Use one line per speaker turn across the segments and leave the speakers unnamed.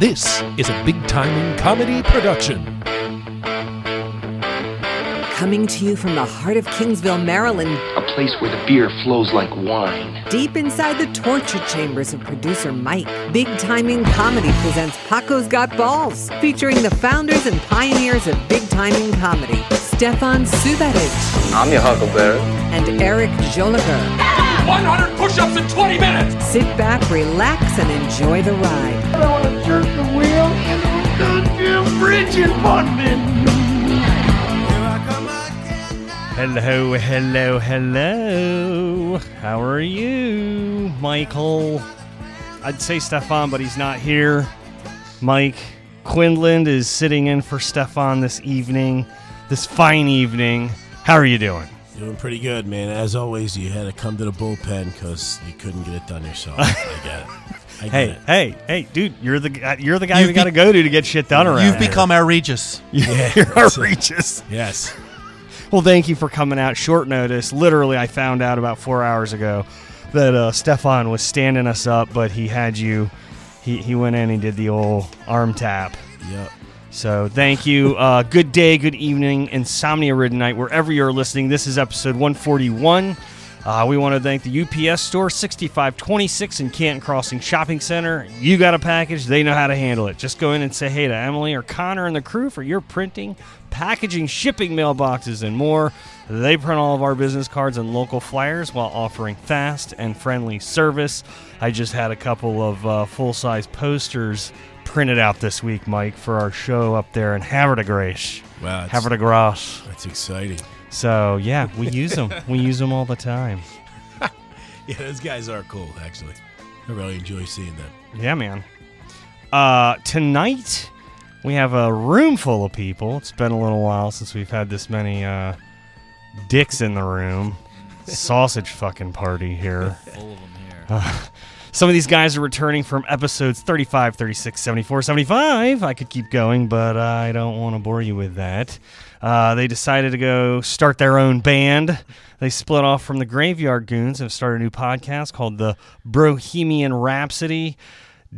This is a big timing comedy production.
Coming to you from the heart of Kingsville, Maryland,
a place where the beer flows like wine.
deep inside the torture chambers of producer Mike, Big Timing Comedy presents Paco's Got Balls, featuring the founders and pioneers of big timing comedy, Stefan Subatic
I'm your huckleberry.
and Eric Joliker.
100 push-ups in 20 minutes.
Sit back, relax, and enjoy the ride.
Hello, hello, hello. How are you, Michael? I'd say Stefan, but he's not here. Mike Quinland is sitting in for Stefan this evening, this fine evening. How are you doing?
Doing pretty good, man. As always, you had to come to the bullpen because you couldn't get it done yourself. I get it. I get
Hey,
it.
hey, hey, dude! You're the guy, you're the guy
You've
we got to
be-
go to to get shit done around.
You've
here.
become our Regis.
you're outrageous.
Yes.
Well, thank you for coming out short notice. Literally, I found out about four hours ago that uh, Stefan was standing us up, but he had you. He, he went in and did the old arm tap.
Yep.
So thank you. Uh, good day, good evening, insomnia ridden night, wherever you're listening. This is episode 141. Uh, we want to thank the UPS store, 6526 in Canton Crossing Shopping Center. You got a package, they know how to handle it. Just go in and say hey to Emily or Connor and the crew for your printing, packaging, shipping mailboxes, and more. They print all of our business cards and local flyers while offering fast and friendly service. I just had a couple of uh, full size posters printed out this week, Mike, for our show up there in Havre de Grace.
Wow. That's,
Havre de Grace.
that's exciting.
So, yeah, we use them. we use them all the time.
Yeah, those guys are cool, actually. I really enjoy seeing them.
Yeah, man. Uh, tonight, we have a room full of people. It's been a little while since we've had this many uh, dicks in the room. Sausage fucking party here. Some of these guys are returning from episodes 35, 36, 74, 75. I could keep going, but I don't want to bore you with that. Uh, they decided to go start their own band. They split off from the Graveyard Goons and started a new podcast called The Bohemian Rhapsody.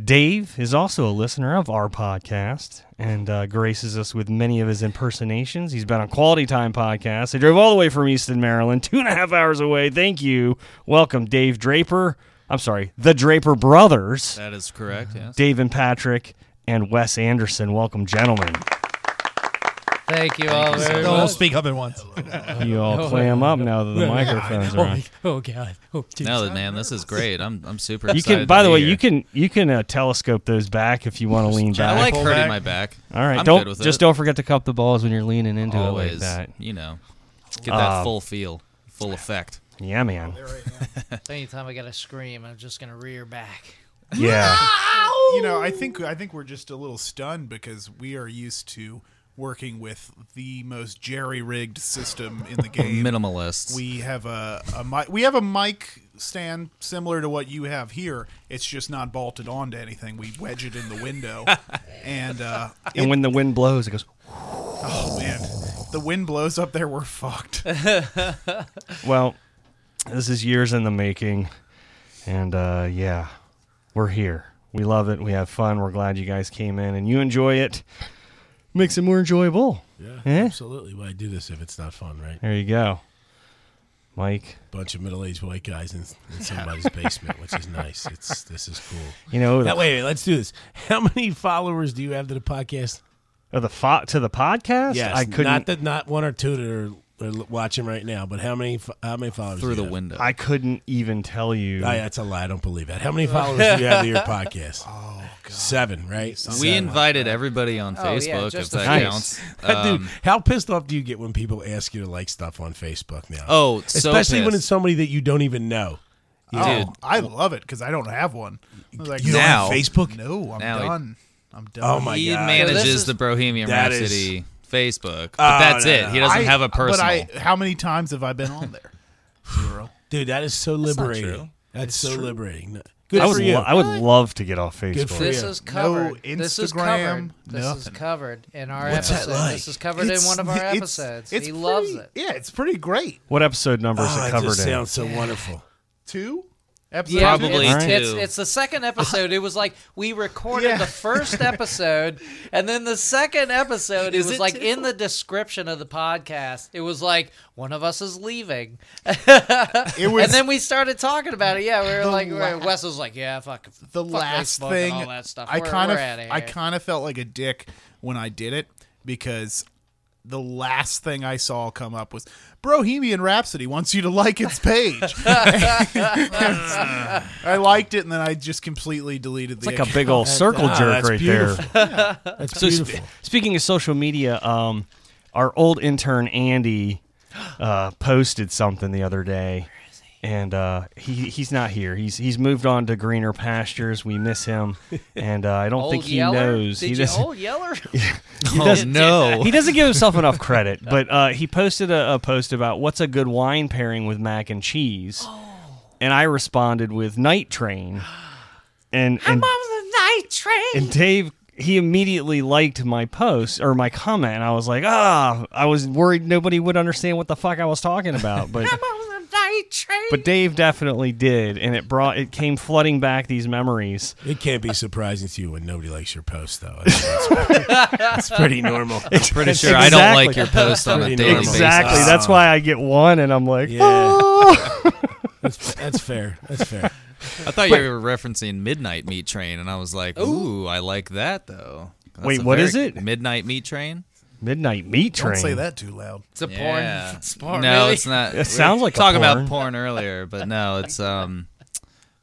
Dave is also a listener of our podcast and uh, graces us with many of his impersonations. He's been on Quality Time podcast. They drove all the way from Easton, Maryland, two and a half hours away. Thank you. Welcome, Dave Draper. I'm sorry, the Draper brothers,
That is correct. Yes.
Dave and Patrick, and Wes Anderson. Welcome, gentlemen.
Thank you all very
Don't
much.
speak up at once.
You all clam up now that the microphones are on.
Oh god. Oh, no, man, this is great. I'm I'm super.
You
excited
can, by
to
the
be
way,
here.
you can you can uh, telescope those back if you want to lean
I
back.
like
pull
hurting
back.
my back.
all right,
I'm
don't
good with
just
it.
don't forget to cup the balls when you're leaning into
always.
it like that.
You know, get that
Um,
full feel, full effect.
Yeah, man.
Anytime I gotta scream, I'm just gonna rear back.
Yeah.
you know, I think I think we're just a little stunned because we are used to working with the most jerry-rigged system in the game.
Minimalists.
We have a, a mic. We have a mic stand similar to what you have here. It's just not bolted onto anything. We wedge it in the window, and uh, it,
And when the wind blows, it goes.
oh man, the wind blows up there. We're fucked.
Well, this is years in the making, and uh, yeah, we're here. We love it. We have fun. We're glad you guys came in and you enjoy it. Makes it more enjoyable.
Yeah,
Eh?
absolutely. Why do this if it's not fun, right?
There you go, Mike.
Bunch of middle-aged white guys in, in somebody's basement, which is nice. It's this is cool.
You know
Now,
the,
wait, wait, let's do this. How many followers do you have to the podcast?
uh, the fo- to the podcast. I couldn't.
not that not one or two that are, are watching right now, but how many fo- how many followers
through
do
the
you have?
window.
I couldn't even tell you.
Oh, yeah, that's a lie. I don't believe that. How many followers do you have to your podcast? Oh, God. Seven, right?
we
Seven.
invited everybody on
yeah,
Facebook,
just
if that
Nice.
counts.
That dude,
Um,
how pissed off do you get when people ask you to like stuff on Facebook now?
oh, so
especially when
pissed.
it's somebody that you don't even know.
Oh,
Dude.
I love it because I don't have one. I was like,
You don't
Now-
have Facebook?
No, I'm
Now he-
done. I'm done.
Oh my
he
god!
manages
this is-
the Bohemian
That is-
Rhapsody Facebook,
Oh,
but that's
no,
it.
no.
He doesn't
I-
have a
But
personal.
I, how many times have I been on there? Zero.
dude, that is so liberating.
true.
That's so
true.
liberating. No- Good
I
for
would.
you.
Lo- I would love to get off
Good for
Facebook.
you.
This
Yeah.
is covered. this is
Instagram,
covered. This is
nothing.
covered in our
What's that
episode.
like?
This is covered in one of our episodes. he
pretty-
loves it.
Yeah, it's pretty great.
What episode number is
Oh,
it
it
covered
just
in?
sounds so wonderful.
Two? Episode
Yeah,
Probably
it's,
two.
it's, it's the second episode. It was like we recorded
Yeah.
the first episode, and then the second episode. It
Is
was
it
like
two?
in the description of the podcast. It was like one of us is leaving,
It was
and then we started talking about it. Yeah, we
The
were like,
la-
Wes was like, "Yeah, fuck."
the
fuck
last
Facebook
thing
and all that stuff.
I
We're-
kind of
we're outta
I
here.
kind of felt like a dick when I did it because the last thing I saw come up was Bohemian Rhapsody wants you to like its page. I liked it and then I just completely deleted the
It's like a big old circle
Ah,
jerk
that's
right there.
beautiful. That's
So sp-
beautiful.
speaking of social media, um, our old intern Andy uh, posted something the other day, and uh, he he's not here. He's he's moved on to greener pastures. We miss him, and uh, I don't
Old
think he
Yeller?
knows.
Did
he
you,
doesn't.
Old Yeller?
He
Oh
doesn't.
no!
He doesn't give himself enough credit, but uh, he posted a, a post about what's a good wine pairing with mac and cheese, and I responded with Night Train, and and
the night train.
and Dave, he immediately liked my post or my comment, and I was like, ah, I was worried nobody would understand what the fuck I was talking about, but
on the night train.
but Dave definitely did, and it brought it came flooding back these memories.
It can't be surprising to you when nobody likes your post, though. I mean, It's it's pretty normal.
Pretty sure I don't
Exactly.
like your post on a
Pretty
daily
normal.
Exactly,
basis.
that's why I get one, and I'm like,
Yeah, that's, that's fair. That's fair.
I thought you were referencing Midnight Meat Train, and I was like, ooh, I like that though. That's
Wait,
a
what
very-
is it?
Midnight Meat Train.
midnight meat train.
Don't say that too loud.
it's a porn.
Yeah.
It's porn.
no,
really.
it's not.
It sounds like a
talking
porn.
about porn earlier, but no, it's um.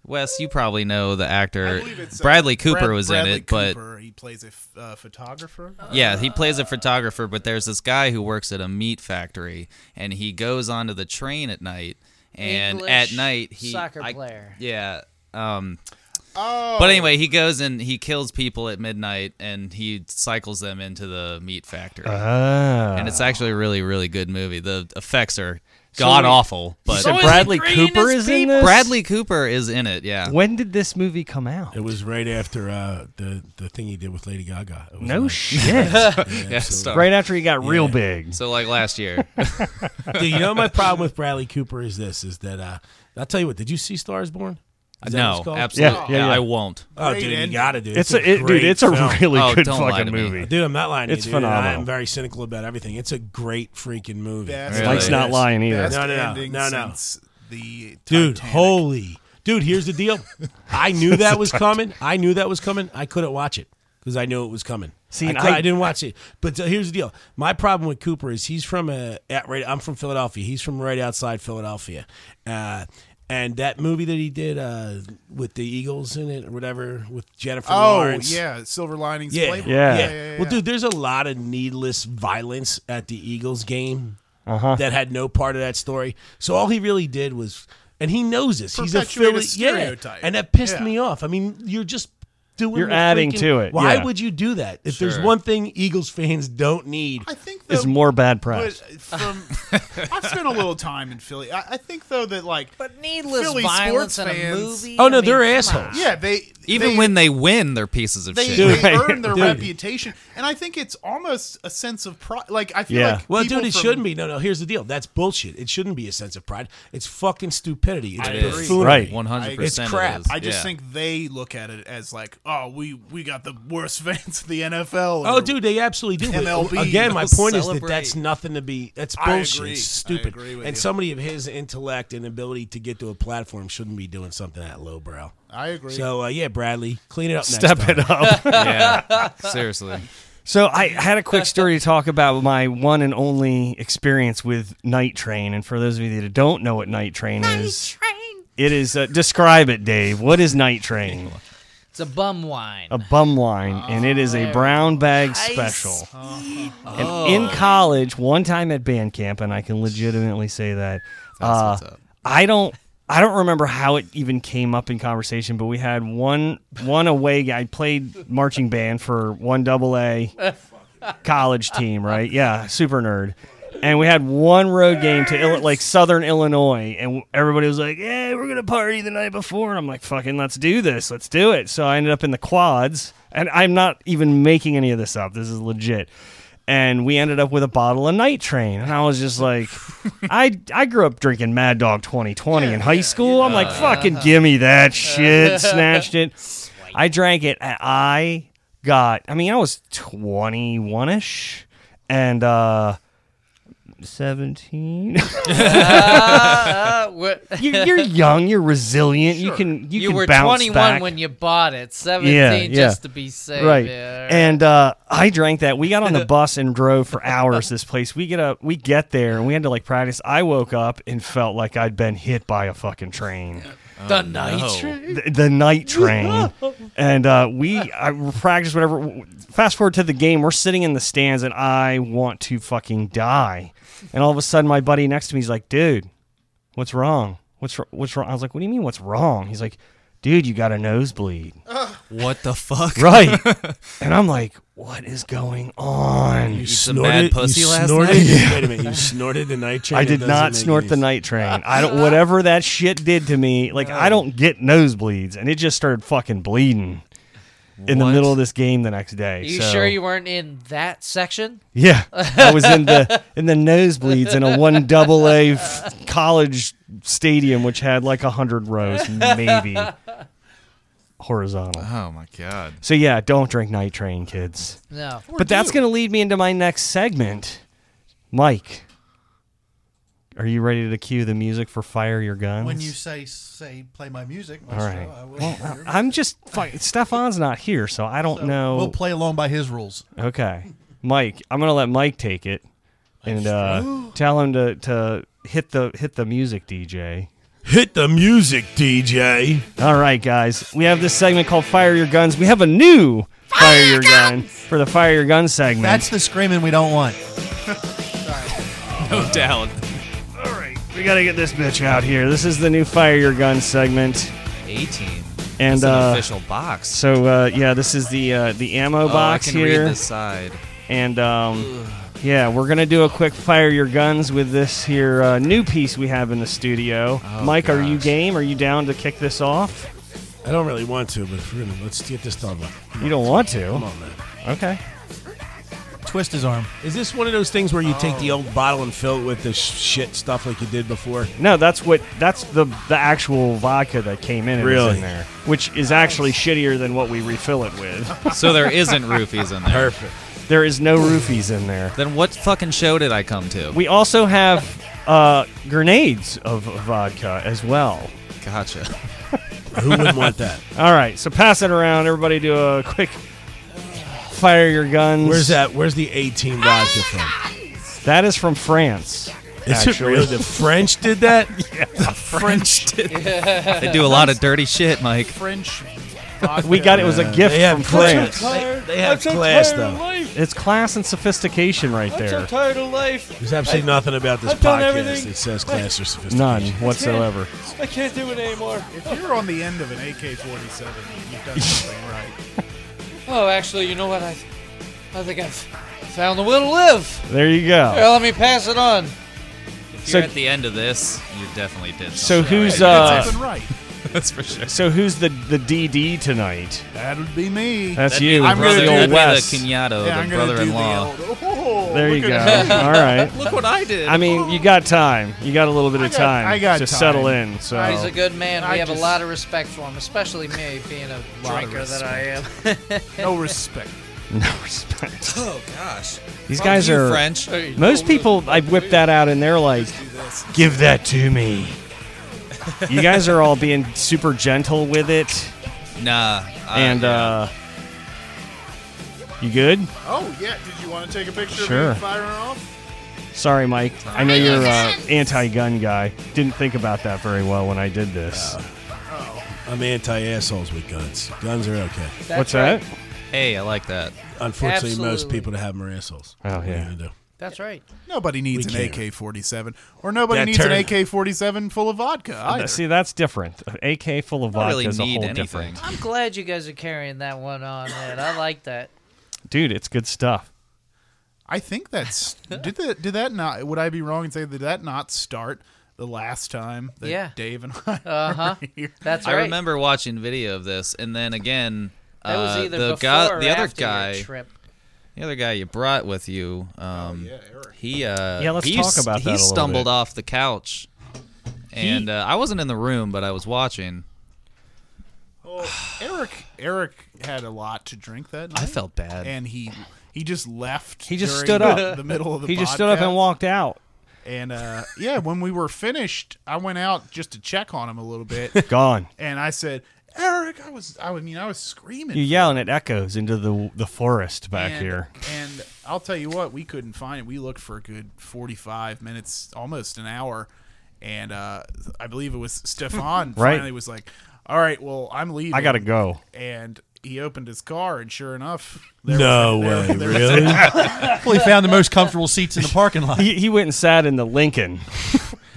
Wes, you probably know the actor
believe it's, uh,
Bradley Cooper
Brad-
was
Bradley
in it,
Cooper, he plays a f- uh, photographer.
but yeah, he plays a photographer. But there's this guy who works at a meat factory, and he goes onto the train at night, and at
English
night he
soccer
I-
player.
Yeah, um,
Oh,
But anyway, he goes and he kills people at midnight and he cycles them into the meat factory.
Ah.
and it's actually a really, really good movie. The effects are god awful, but
so
is the
Bradley
greenest
Cooper is in
people.
this.
Bradley Cooper is in it. Yeah.
when did this movie come out?
It was right after uh, the the thing he did with Lady Gaga. It was
No
like-
shit.
Yeah,
Yeah,
so-
so,
right after he got real big.
so like last year.
Dude, you know my problem with Bradley Cooper is this: is that uh, I'll tell you what. Did you see Stars Born? Is that what
no,
it's called?
absolutely.
Yeah,
Yeah,
yeah, yeah.
I won't.
Oh,
Great
dude, you
ending.
gotta do. it.
It's, a, it,
great
dude. It's a
film.
really
Oh,
good
don't lie
fucking
to me.
movie.
Dude, I'm not lying. To
It's
you,
phenomenal.
I'm very cynical about everything. It's a great freaking movie.
Best
Really? Mike's
not lying either.
Best
No, no, no,
ending
no, no.
since the
Dude,
Titanic.
holy. Dude, here's the deal. I knew that was coming. I knew that was coming. I couldn't watch it because I knew it was coming.
See,
I,
and
cou-
I-
I didn't watch it. But uh, here's the deal. My problem with Cooper is he's from a. At, right, I'm from Philadelphia. He's from right outside Philadelphia. Uh, and that movie that he did uh, with the Eagles in it or whatever with Jennifer
Oh
Lawrence.
yeah, Silver Linings
Yeah.
Playbook. yeah,
Yeah.
yeah, yeah.
Well, dude, there's a lot of needless violence at the Eagles game
Uh-huh.
that had no part of that story. So all he really did was, and he knows this. He's a
Perpetuate a
Philly,
stereotype.
yeah, and that pissed
Yeah.
me off. I mean, you're just doing.
You're
the
adding
freaking-
to it,
Why
yeah.
would you do that? If there's
Sure.
one thing Eagles fans don't need,
I think
It's
though-
more bad
But
press.
from I've spent a little time in Philly. I, I think though that like,
But needless
Philly
violence
sports
in a
fans-
movie.
Oh,
I
no,
mean,
they're
come
assholes.
on.
yeah, they
Even
they,
when they win, they're pieces of
they,
shit.
they
Dude.
earn their
Dude.
reputation, and I think it's almost a sense of pride. Like I feel
Yeah.
like
Well,
people
dude, it
from-
shouldn't be. No, no. Here's the deal. That's bullshit. It shouldn't be a sense of pride. It's fucking stupidity. It's
I agree.
buffoonery.
Right.
One hundred percent.
It's crap.
I just think they look at it as like, oh, we we got the worst fans in the NFL.
Oh,
or-
dude, they absolutely do. But
MLB.
Again, my
They'll
point is that
celebrate.
that's nothing to be. That's
I
bullshit.
agree.
It's
I
stupid.
agree with
and
you.
somebody of his intellect and ability to get to a platform shouldn't be doing something that lowbrow.
I agree.
So uh, yeah, Bradley, clean it up.
Step
next
it
time.
up.
Yeah. Seriously.
So I had a quick story to talk about my one and only experience with Night Train, and for those of you that don't know what Night Train is, it is uh, describe it, Dave. What is Night Train?
It's a bum wine.
A bum line, and it
Oh,
is a brown bag special. And in college, one time at band camp, and I can legitimately say that uh,
what's up.
I don't. I don't remember how it even came up in conversation, but we had one one away guy I played marching band for one double A college team, right? Yeah, super nerd. And we had one road game to Ill- like Southern Illinois, and everybody was like, "Hey, we're gonna party the night before." And I'm like, "Fucking, let's do this, let's do it." So I ended up in the quads, and I'm not even making any of this up. This is legit. and we ended up with a bottle of Night Train. And I was just like, I I grew up drinking Mad Dog 2020 in high school. I'm like, fucking give me that shit. Snatched it. I drank it. and I got. I mean, I was 21 ish, and uh, 17.
Uh, wha-
you, you're young. You're resilient. You can you,
you
can
were
bounce
21
back.
when you bought it, 17
Yeah, yeah.
just to be safe.
right
Yeah.
and uh, i drank that we got on the bus and drove for hours this place we get up we get there and we had to like practice i woke up and felt like i'd been hit by a fucking train
the night
the, the night train and uh, we i practiced whatever fast forward to the game we're sitting in the stands and i want to fucking die and all of a sudden my buddy next to me is like dude what's wrong what's wr- what's wrong i was like what do you mean what's wrong he's like dude you got a nosebleed
What the fuck?
Right. and I'm like, what is going on?
some bad pussy
you
last
snorted,
night?
Wait a minute, you snorted the night train.
I
It
did
doesn't
not
make
snort
any
the
sense.
night train. I don't whatever that shit did to me, like I don't get nosebleeds and it just started fucking bleeding in the
What?
middle of this game the next day.
You
so-
sure you weren't in that section?
Yeah. I was in the in the nosebleeds in a one double A f- college stadium which had like a hundred rows, maybe. Horizontal.
Oh my god.
So yeah, don't drink night train, kids.
No.
But that's going to lead me into my next segment. Mike, are you ready to cue the music for Fire Your Guns?
When you say say play my music,
All right.
I will
Well,
hear.
I- I'm just. Fuck, Stefan's not here, so I don't
So
know.
We'll play along by his rules.
okay. Mike, I'm going to let Mike take it and uh, tell him to, to hit the hit the music, DJ.
Hit the music, DJ.
All right, guys. We have this segment called Fire Your Guns. We have a new Fire, Your Gun for the Fire Your Gun segment.
That's the screaming we don't want.
No doubt.
All right. We got to get this bitch out here. This is the new Fire Your Gun segment.
18.
And,
It's an
uh,
official box.
So uh, yeah, this is the uh, the ammo
oh, I
box
can
here,
read the side.
and um, yeah, we're gonna do a quick fire your guns with this here uh, new piece we have in the studio. Mike, are you
Oh, gosh.
game? Are you down to kick this off?
I don't really want to, but we're gonna, let's get this done. with.
You don't want to.
Come on, man.
Okay.
Twist his arm.
Is this one of those things where you take the old bottle and fill it with the sh- shit stuff like you did before?
No, that's what that's the the actual vodka that came in. and was
Really?
in there, which is actually shittier than what we refill it with.
So there isn't roofies in there.
Perfect.
there is no roofies in there.
Then what fucking show did I come to?
We also have uh, grenades of vodka as well.
gotcha.
Who wouldn't want that?
All right, so pass it around. Everybody do a quick fire your guns.
Where's that? Where's the 18 vodka from?
That is from France.
Is it
Actually.
really the French did that?
French did. they do a lot of dirty shit, Mike.
French.
We got it was a gift
They have
from
class.
France.
They, they have class though.
It's class and sophistication right there.
tired of life.
There's absolutely nothing about this
I've done
podcast
everything.
that says class or sophistication.
None whatsoever.
I can't do it anymore.
If you're on the end of an AK-47, you've done something right.
Oh, actually, you know what? I, I think I've found the will to live.
There you go.
Here, let me pass it on.
If
So-
you're at the end of this, you definitely did.
So
something
who's
right.
uh?
Something right.
That's for sure.
So who's the the DD tonight?
That would be me.
That's
That'd be
you.
the
I'm gonna
brother-
do
that'd
old
be
West.
the Kenyatta,
yeah,
the
I'm gonna do
brother-in-law.
the old. Oh,
There you
look
go.
at that.
All right.
Look what I did.
I mean, you got time. You got a little bit of
got-
time
I got
to
time.
settle in. So
He's a good man. We
I
have
just-
a lot of respect for him, especially me, being a drinker that I am.
No respect.
no respect.
oh gosh.
These
Fuck
guys
you,
are
French.
Most people, I whip that out and they're like, give that to me. you guys are all being super gentle with it.
Nah. I-
and, uh, you good?
Oh yeah. Did you want to take a picture
Sure.
of me firing off?
Sorry, Mike. I know you're uh, anti gun guy. Didn't think about that very well when I did this.
I'm anti assholes with guns. Guns are okay.
That's
What's
right.
that?
hey, I like that.
Unfortunately, most
Absolutely.
people that have them are assholes.
Oh,
What are you
yeah.
gonna do?
That's right.
Nobody needs
We
an
can't.
AK-47, or nobody
That
needs
turn-
an AK-47 full of vodka. Either.
See, that's different. AK full of vodka
I don't really
is a
need
whole
anything.
different.
I'm glad you guys are carrying that one on, man. I like that.
Dude, it's good stuff.
I think that's did that did that not would I be wrong and say did that not start the last time that
Yeah.
Dave and I
Uh-huh.
were here?
That's right.
I remember watching video of this, and then again,
that was
uh,
either
the
before
guy,
or
the other
after your
guy,
trip.
The other guy you brought with you, um, he uh,
Yeah, let's
he
talk
s-
about that a
He
little
stumbled
bit.
off the couch, and uh, I wasn't in the room, but I was watching.
Eric Eric had a lot to drink that night.
I felt bad.
and he he just left.
He just
during
stood up.
the middle of the.
he just stood up and
podcast.
walked out.
And uh, yeah, when we were finished, I went out just to check on him a little bit,
Gone.
and I said, "Eric, I was I mean I was screaming."
You
for
yelling it echoes into the the forest back
and,
here.
And I'll tell you what, we couldn't find it. We looked for a good 45 minutes, almost an hour. And uh, I believe it was Stefan
Right.
finally was like, All right, well, I'm leaving.
I gotta go.
And he opened his car, and sure enough, there
No
was-
way,
there- there was-
really?
Well, he found the most comfortable seats in the parking lot.
He, he went and sat in the Lincoln.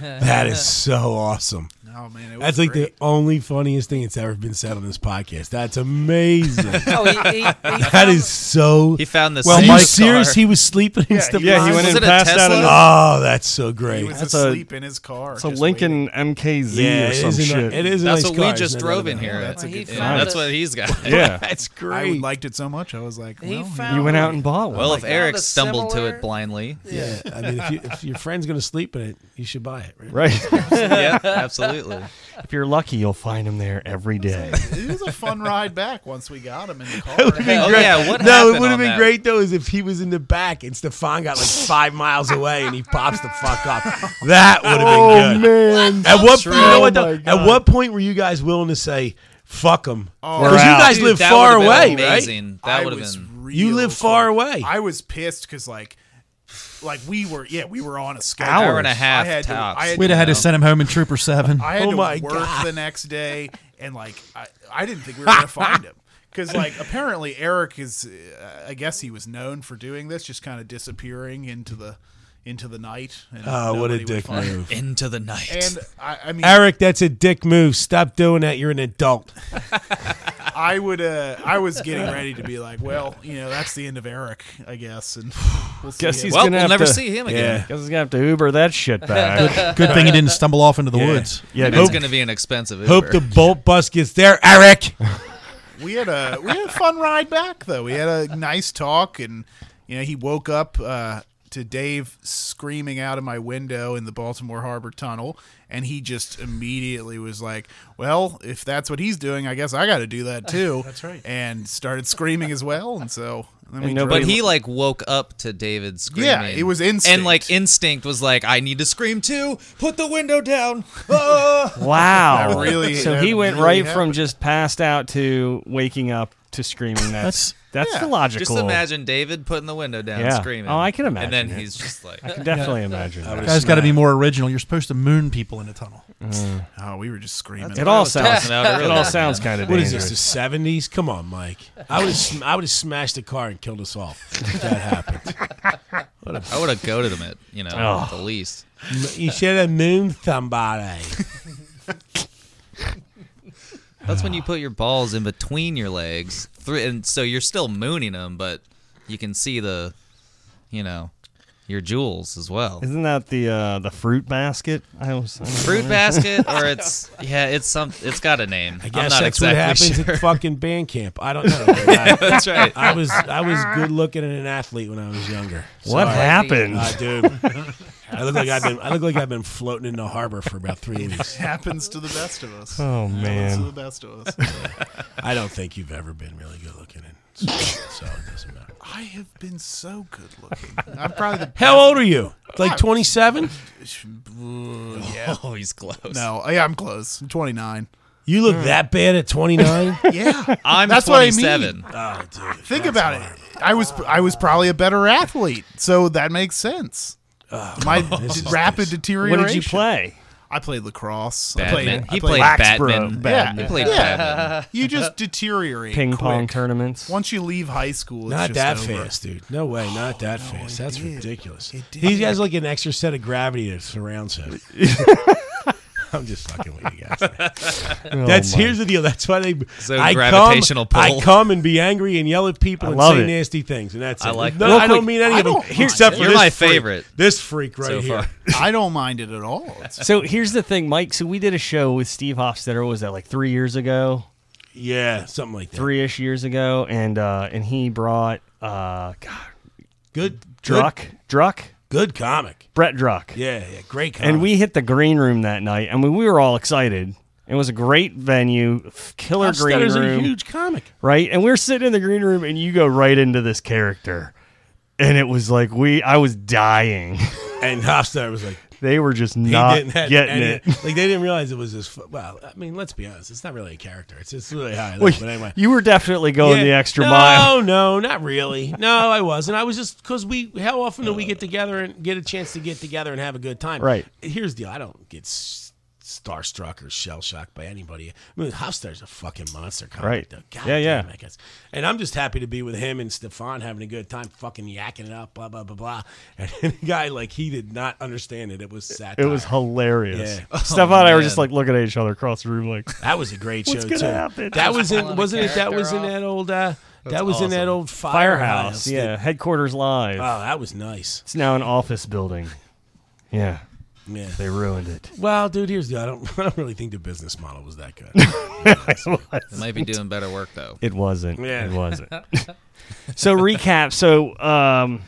That is so awesome.
oh, man. It was
That's like
great.
the only funniest thing that's ever been said on this podcast. That's amazing.
Oh, he, he, he
that
found-
is so.
He found this.
well,
same
you
car.
serious? He was sleeping in Stefan's.
Yeah, he went
Was
in
it
and
a
passed out in
Tesla?
the
Oh, that's so
He
great.
was
that's a-
asleep in his car.
It's a
just
Lincoln MKZ
yeah,
or
it
some
is a-
shit.
it is. a
That's
nice
what
car,
we
it's
just
not
drove
bad.
in here.
that's a
he
good
found
Yeah,
us-
that's what he's got.
yeah.
That's
waiting.
great.
I would liked it so much. I was like,
he
well,
found
You went out and bought one.
Well, if
found
Eric
a
stumbled to
similar-
it blindly,
yeah, I mean, if, you, if your friend's gonna sleep in it, you should buy it. Right?
right.
yeah, absolutely.
if you're lucky, you'll find him there every day.
it was a fun ride back once we got him in the car.
Oh yeah, what
No,
happened
it would have
on
been
that?
great though, is if he was in the back and Stefan got like five miles away and he pops the fuck up. That would have been good.
man.
At what, you know what
Oh,
though?
my
At
God.
what point were you guys willing to say fuck them?
We're
you
out.
guys
Oh, Dude,
live
that
far
would've been
away, right?
amazing. That
I
would have
was
been.
real
You live far
close.
away.
I was pissed because like, like we were yeah we were on a schedule.
Hour
and a half
I had
tops.
To, I had,
We'd have had
No.
to send him home in Trooper 7.
I had
Oh
to
my
work
God.
the next day, and like I, I didn't think we were gonna find him because like apparently Eric is uh, I guess he was known for doing this, just kind of disappearing into the into the night. And
Oh, what
nobody
a
would
dick
find him.
move.
Into the night.
And I, I mean,
Eric, that's a dick move. Stop doing that. You're an adult.
I would, uh, I was getting ready to be like, well, you know, that's the end of Eric, I guess, and we'll see.
Guess he's
well,
gonna
we'll
have
never
to-
see him again.
Guess he's gonna have to Uber that shit back.
Good thing he didn't stumble off into the
Yeah.
woods.
yeah,
It's
hope,
going to be an expensive Uber.
Hope the bolt bus gets there, Eric.
we had a we had a fun ride back though. We had a nice talk, and you know he woke up uh, to Dave screaming out of my window in the Baltimore Harbor Tunnel, and he just immediately was like, "Well, if that's what he's doing, I guess I got to do that too." that's right. And started screaming as well, and so and then we
nobody-
But he like woke up to David screaming.
Yeah, it was instinct.
And like instinct was like, I need to scream too. Put the window down. Ah.
wow.
That really-
so
that
he went
really
right from
happened.
just passed out to waking up to screaming. That's
That's-
that's
yeah.
the logical.
just imagine David putting the window down,
Yeah.
screaming.
Oh, I can imagine
And then
it.
he's just like,
I can definitely imagine. that.
Guys got to be more original. You're supposed to moon people in a tunnel.
oh, we were just screaming.
It all
was
sounds.
tossing out
It all
earlier,
sounds kind of
What is
dangerous.
this? The seventies? Come on, Mike. I would have sm- I would have smashed the car and killed us all. If that happened.
I would have goaded him at, you know,
Oh.
at the least.
You should have mooned somebody.
That's when you put your balls in between your legs. Three, and so you're still mooning them, but you can see the, you know, your jewels as well.
Isn't that the uh, the fruit basket? I was I don't
Fruit
know.
basket, or it's yeah, it's some, it's got a name.
I guess
am not
that's
exactly
what happens
sure.
at fucking band camp. I don't know. but I,
That's right.
I was I was good looking and an athlete when I was younger.
What
Sorry.
happened?
Uh, dude, I look like I've been I look like I've been floating in the harbor for about three weeks.
happens to the best of us.
oh
Happens to
man.
the best of us.
I don't think you've ever been really good looking, and so, so it doesn't matter.
I have been so good looking. I'm probably the
How old are you? Like twenty seven?
yeah.
Oh, he's close.
No, yeah, I'm close. I'm 29.
You look that bad at twenty nine?
Yeah,
I'm
That's what I mean.
27.
Oh, dude.
Think about it. I was I was probably a better athlete, so that makes sense.
Oh,
My d- rapid
What
deterioration.
did you play?
I played lacrosse.
Badminton.
I played.
He
I played
played
Blacksburg.
Batman.
Badminton.
He played
Yeah.
Batman.
You just deteriorate.
Ping pong
quick.
tournaments.
Once you leave high school, it's
Not
just
that
over.
fast, dude. Oh, No way, not that fast. That's
did.
ridiculous.
It did.
These guys like an extra set of gravity that surrounds him. I'm just fucking with you guys. man. That's
my-
here's the deal. That's why they.
So
I
gravitational
come,
pull.
I come and be angry and yell at people
I
and
love
say
it.
nasty things, and that's
I
it.
like
No,
that.
I don't mean any
I
of them.
don't
Here,
mind
except for
You're
this
my
freak.
favorite
This freak right
so
here.
far.
I don't mind it at all. It's-
So here's the thing, Mike. So we did a show with Steve Hofstetter. What was that like three years ago?
Yeah, something like that.
three ish years ago, and uh, and he brought uh, God,
Good
Druck, Druck,
Good, good comic.
Brett Druck.
Yeah, yeah, great comic.
And we hit the green room that night. I mean, we were all excited. It was a great venue, f- killer green
Hofstadter's
room,
a huge comic.
right? And we we're sitting in the green room, and you go right into this character, and it was like we, I was dying.
And Hofstadter was like,
they were just
he
not
didn't have
getting
any-
it.
Like they didn't realize it was this. fu- Well, I mean, let's be honest, it's not really a character. It's just really high.
Well,
but anyway,
you were definitely going
Yeah.
the extra
no,
mile.
No, not really. No, I wasn't. I was just because we. How often do we get together and get a chance to get together and have a good time?
Right.
Here's the deal. I don't get s- starstruck or shell shocked by anybody. I mean, Hofstadter's a fucking monster comic.
Right.
Though. God
Yeah, yeah.
damn it, guys. And I'm just happy to be with him and Stefan having a good time, fucking yakking it up, blah blah blah blah. And the guy like he did not understand it. It was
It
satire.
was hilarious.
Yeah. Oh,
Stefan and I were
man.
just like looking at each other across the room, like,
That was a great show
What's gonna
too.
happen?
That was in
Pulling a
wasn't it? That
character
was in
off.
that old. Uh, that
That's
was in that
awesome.
old firehouse.
Firehouse. Yeah, headquarters live.
Oh, that was nice.
It's now an office building. Yeah,
Yeah.
they ruined it.
Well, dude, here's the. I don't. I don't really think the business model was that good.
Might be doing better work though.
It wasn't.
Yeah.
It wasn't. so recap. So um,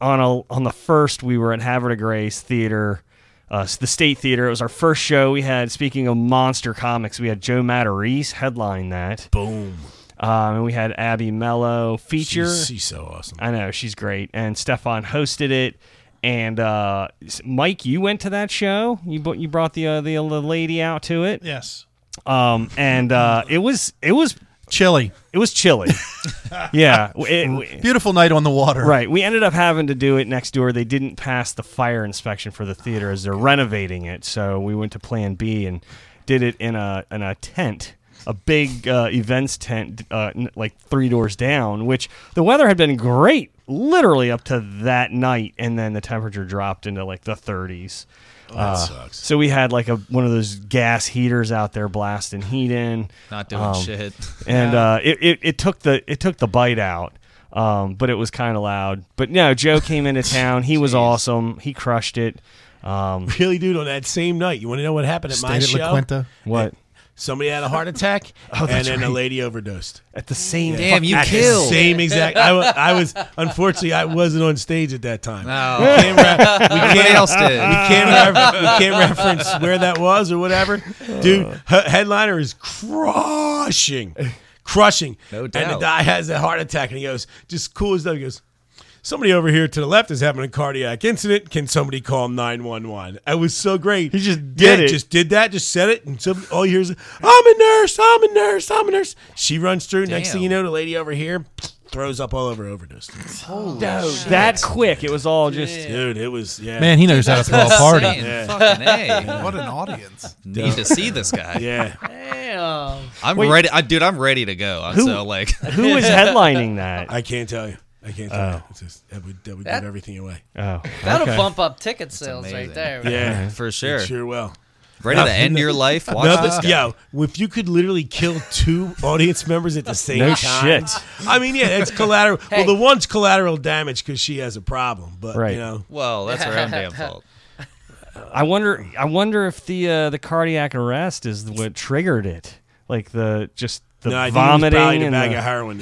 on a, on the first, we were at Havre de Grace Theater, uh, the State Theater. It was our first show. We had speaking of monster comics, we had Joe Matarese headline that,
Boom.
um, and we had Abby Mello feature.
She's, she's so awesome.
I know she's great, and Stefan hosted it. And uh, s- Mike, you went to that show. You bu- you brought the uh, the uh, lady out to it.
Yes.
Um, and uh, it was it was
Chilly.
it was chilly. yeah. w- it- w-
Beautiful night on the water.
right. We ended up having to do it next door. They didn't pass the fire inspection for the theater as they're renovating it. So we went to Plan B and did it in a in a tent. A big uh, events tent, uh, n- like three doors down, which the weather had been great literally up to that night, and then the temperature dropped into like the 30s.
that sucks.
So we had like a one of those gas heaters out there blasting heat in
Not doing
Um,
shit.
and uh, it, it, it took the it took the bite out. Um, but it was kind of loud. But no, Joe came into town. He was awesome. He crushed it. Um,
Really, dude, on that same night, you want to know what happened at my
Stayed at La
show?
Quinta.
what Oh,
Somebody had a heart attack, and
that's
then a
right.
lady overdosed.
at the same
Damn, you
At the
killed.
Same exact. I, wa- I was unfortunately I wasn't on stage at that time.
No,
Can't ra-
everybody Oh. else did.
we can't, re- we can't reference where that was or whatever. Dude, he- headliner is crushing, crushing.
No
And the
doubt.
guy has a heart attack, and he goes, just cool as though he goes. Somebody over here to the left is having a cardiac incident. Can somebody call 911? It was so great.
He just did
Yeah,
it.
Just did that. Just said it. And some, all you hear is, I'm a nurse. I'm a nurse. I'm a nurse. She runs through. Next thing
Damn.
you know, the lady over here throws up all over overdose.
that quick. It was all just
Dude, it was, yeah.
Man, he knows how to throw a party.
Insane. Fucking a.
What an audience.
Need to see this guy.
Yeah.
Damn.
I'm
Wait.
ready. I, dude, I'm ready to go.
Who-
So like,
who was headlining that?
I can't tell you. I can't tell you. It's just, that would, that would
That-
give everything away.
Oh,
That'll
okay.
bump up ticket sales right
amazing.
there.
Yeah.
for sure,
Sure will.
ready to end your life. Watch
Nothing-
this guy.
yo, if you could literally kill two audience members at the same
No
time.
shit.
I mean, yeah, it's collateral.
Hey.
Well, the one's collateral damage because she has a problem, but
Right.
you know,
Well, that's her own damn fault.
I wonder. I wonder if the uh, the cardiac arrest is what triggered it. Like the just the
no, I think it was
vomiting
probably the
and
bag
the-
of heroin.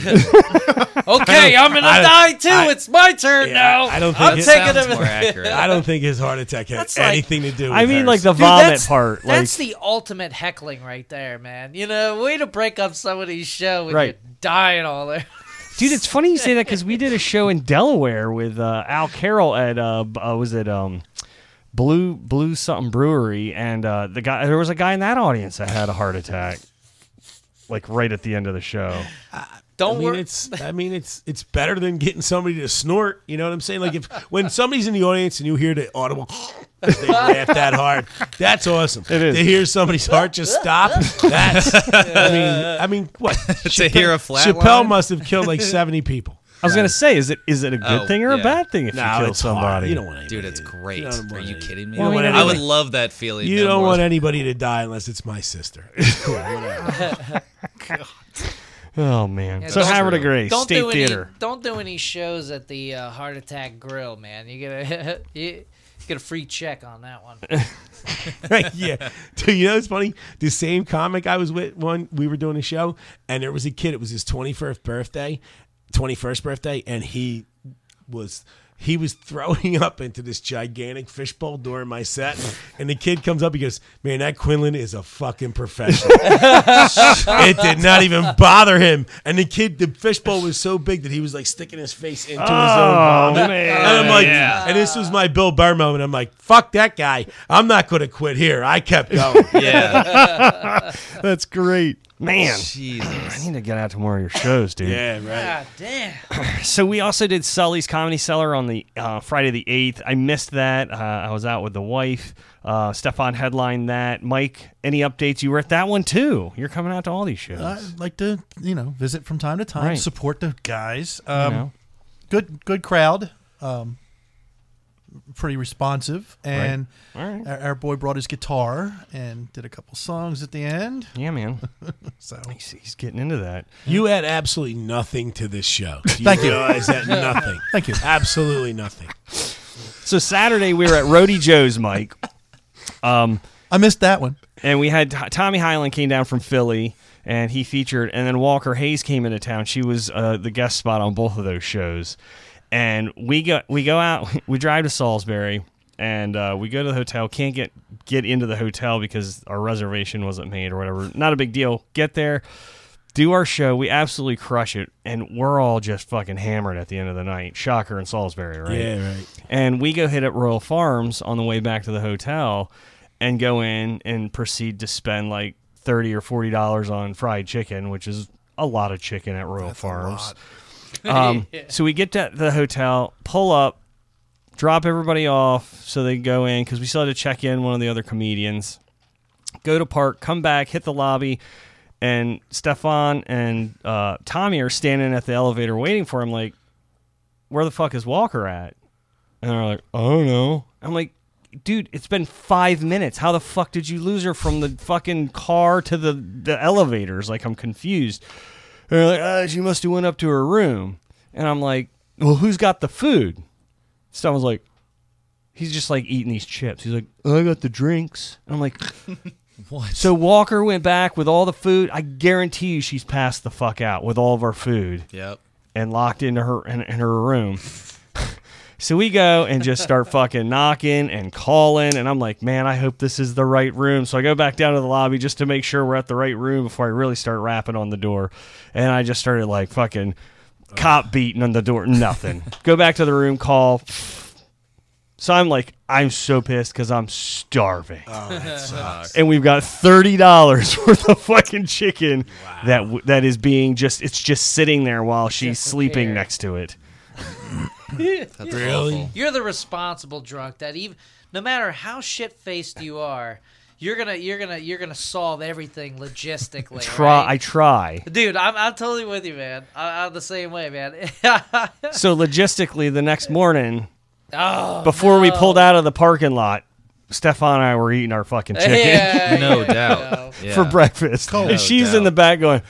Okay, I'm gonna
I-
die too.
I-
it's my turn
Yeah,
now.
I don't
I'm
think it
taking
Sounds more
a-
accurate.
I don't think his heart attack had
That's like-
anything to do. with
I mean,
hers.
like the
Dude,
vomit
that's-
part. Like
That's the ultimate heckling right there, man. You know, way to break up somebody's show when
Right.
you're dying all there.
Dude, it's funny you say that because we did a show in Delaware with uh, Al Carroll at uh, b- uh was it um Blue Blue something Brewery, and uh, the guy there was a guy in that audience that had a heart attack, like right at the end of the show.
I
Don't
mean,
worry.
it's I mean, it's it's better than getting somebody to snort. You know what I'm saying? Like if when somebody's in the audience and you hear the audible, they laugh that hard. That's awesome. It
is.
To hear somebody's heart just stop. That's I mean, I mean, what
To hear a flat
Chappelle
line?
must have killed like 70 people.
I was gonna say, is it is it a good
Oh,
thing or a
yeah.
bad thing if
No,
you kill
it's
somebody?
hard. You don't want anybody
Dude, it's
to-
great.
you don't
Are
want
you
any-
kidding me?
you don't want
I would
anybody-
love that feeling.
You
no
don't
more.
want anybody to die unless it's my sister. Cool, whatever.
Oh man!
Yeah,
so
don't-
Howard de Grace,
don't
State
do
Theater.
any. Don't do any shows at the uh, Heart Attack Grill, man. You gotta. you, get a free check on that one.
yeah. Dude, you know what's funny? The same comic I was with one, we were doing a show, and there was a kid. It was his 21st birthday, 21st birthday, and he was. He was throwing up into this gigantic fishbowl during my set, and the kid comes up. He goes, "Man, that Quinlan is a fucking professional." it did not even bother him, and the kid, the fishbowl was so big that he was like sticking his face into his own
Oh man.
and I'm like, and this was my Bill Burr moment. I'm like, fuck that guy. I'm not going to quit here. I kept going.
Yeah.
That's great.
man. I
Jesus.
need to get out to more of your shows, dude.
yeah,
God damn.
So we also did Sully's Comedy Cellar on the uh, Friday the eighth. I missed that. Uh, I was out with the wife. Uh, Stefan headlined that. Mike, any updates? You were at that one too. You're coming out to all these shows.
I like to, you know, visit from time to time,
Right.
support the guys.
you
Um,
know?
Good, good crowd. Um, pretty responsive, and
All right.
our, our boy brought his guitar and did a couple songs at the end.
Yeah, man.
So
He's, he's getting into that.
You add absolutely nothing to this show. You
Thank you.
realize that nothing.
Thank you.
Absolutely nothing.
So Saturday we were at Roadie Joe's, Mike. Um,
I missed that one.
and we had Tommy Highland came down from Philly and he featured and then Walker Hayes came into town. She was uh, the guest spot on both of those shows. And we go we go out we drive to Salisbury and uh, we go to the hotel. Can't get get into the hotel because our reservation wasn't made or whatever. Not a big deal. Get there, do our show. We absolutely crush it, and we're all just fucking hammered at the end of the night. Shocker in Salisbury, right?
Yeah, right.
And we go hit up Royal Farms on the way back to the hotel and go in and proceed to spend like 30 or 40 dollars on fried chicken, which is a lot of chicken at Royal Farms. Um, so we get to the hotel, pull up, drop everybody off so they go in cuz we still had to check in one of the other comedians. Go to park, come back, hit the lobby, and Stefan and uh, Tommy are standing at the elevator waiting for him like where the fuck is Walker at? And they're like, I don't know. I'm like, dude, it's been five minutes. How the fuck did you lose her from the fucking car to the, the elevators? Like, I'm confused. And they're like, uh, she must have went up to her room. And I'm like, well, who's got the food? Someone's like, he's just like eating these chips. He's like, I got the drinks. And I'm like, what? So Walker went back with all the food. I guarantee you she's passed the fuck out with all of our food
Yep.
and locked into her in, in her room. so we go and just start fucking knocking and calling, and I'm like, man, I hope this is the right room. So I go back down to the lobby just to make sure we're at the right room before I really start rapping on the door, and I just started like fucking cop beating on the door. Nothing. go back to the room, call. So I'm like, I'm so pissed because I'm starving and we've got thirty dollars worth of fucking chicken that w- that is being just it's just sitting there while she's sleeping
there.
next to it.
That's really? Awful.
You're the responsible drunk that even no matter how shit faced you are, you're gonna you're gonna you're gonna solve everything logistically.
Try I
right?
try.
Dude, I'm, I'm totally with you, man. I, I'm the same way, man.
So logistically, the next morning
oh,
before we pulled out of the parking lot, Stefan and I were eating our fucking chicken
yeah,
No
yeah,
doubt. Yeah.
for breakfast, and
No
she's in
doubt.
the back going,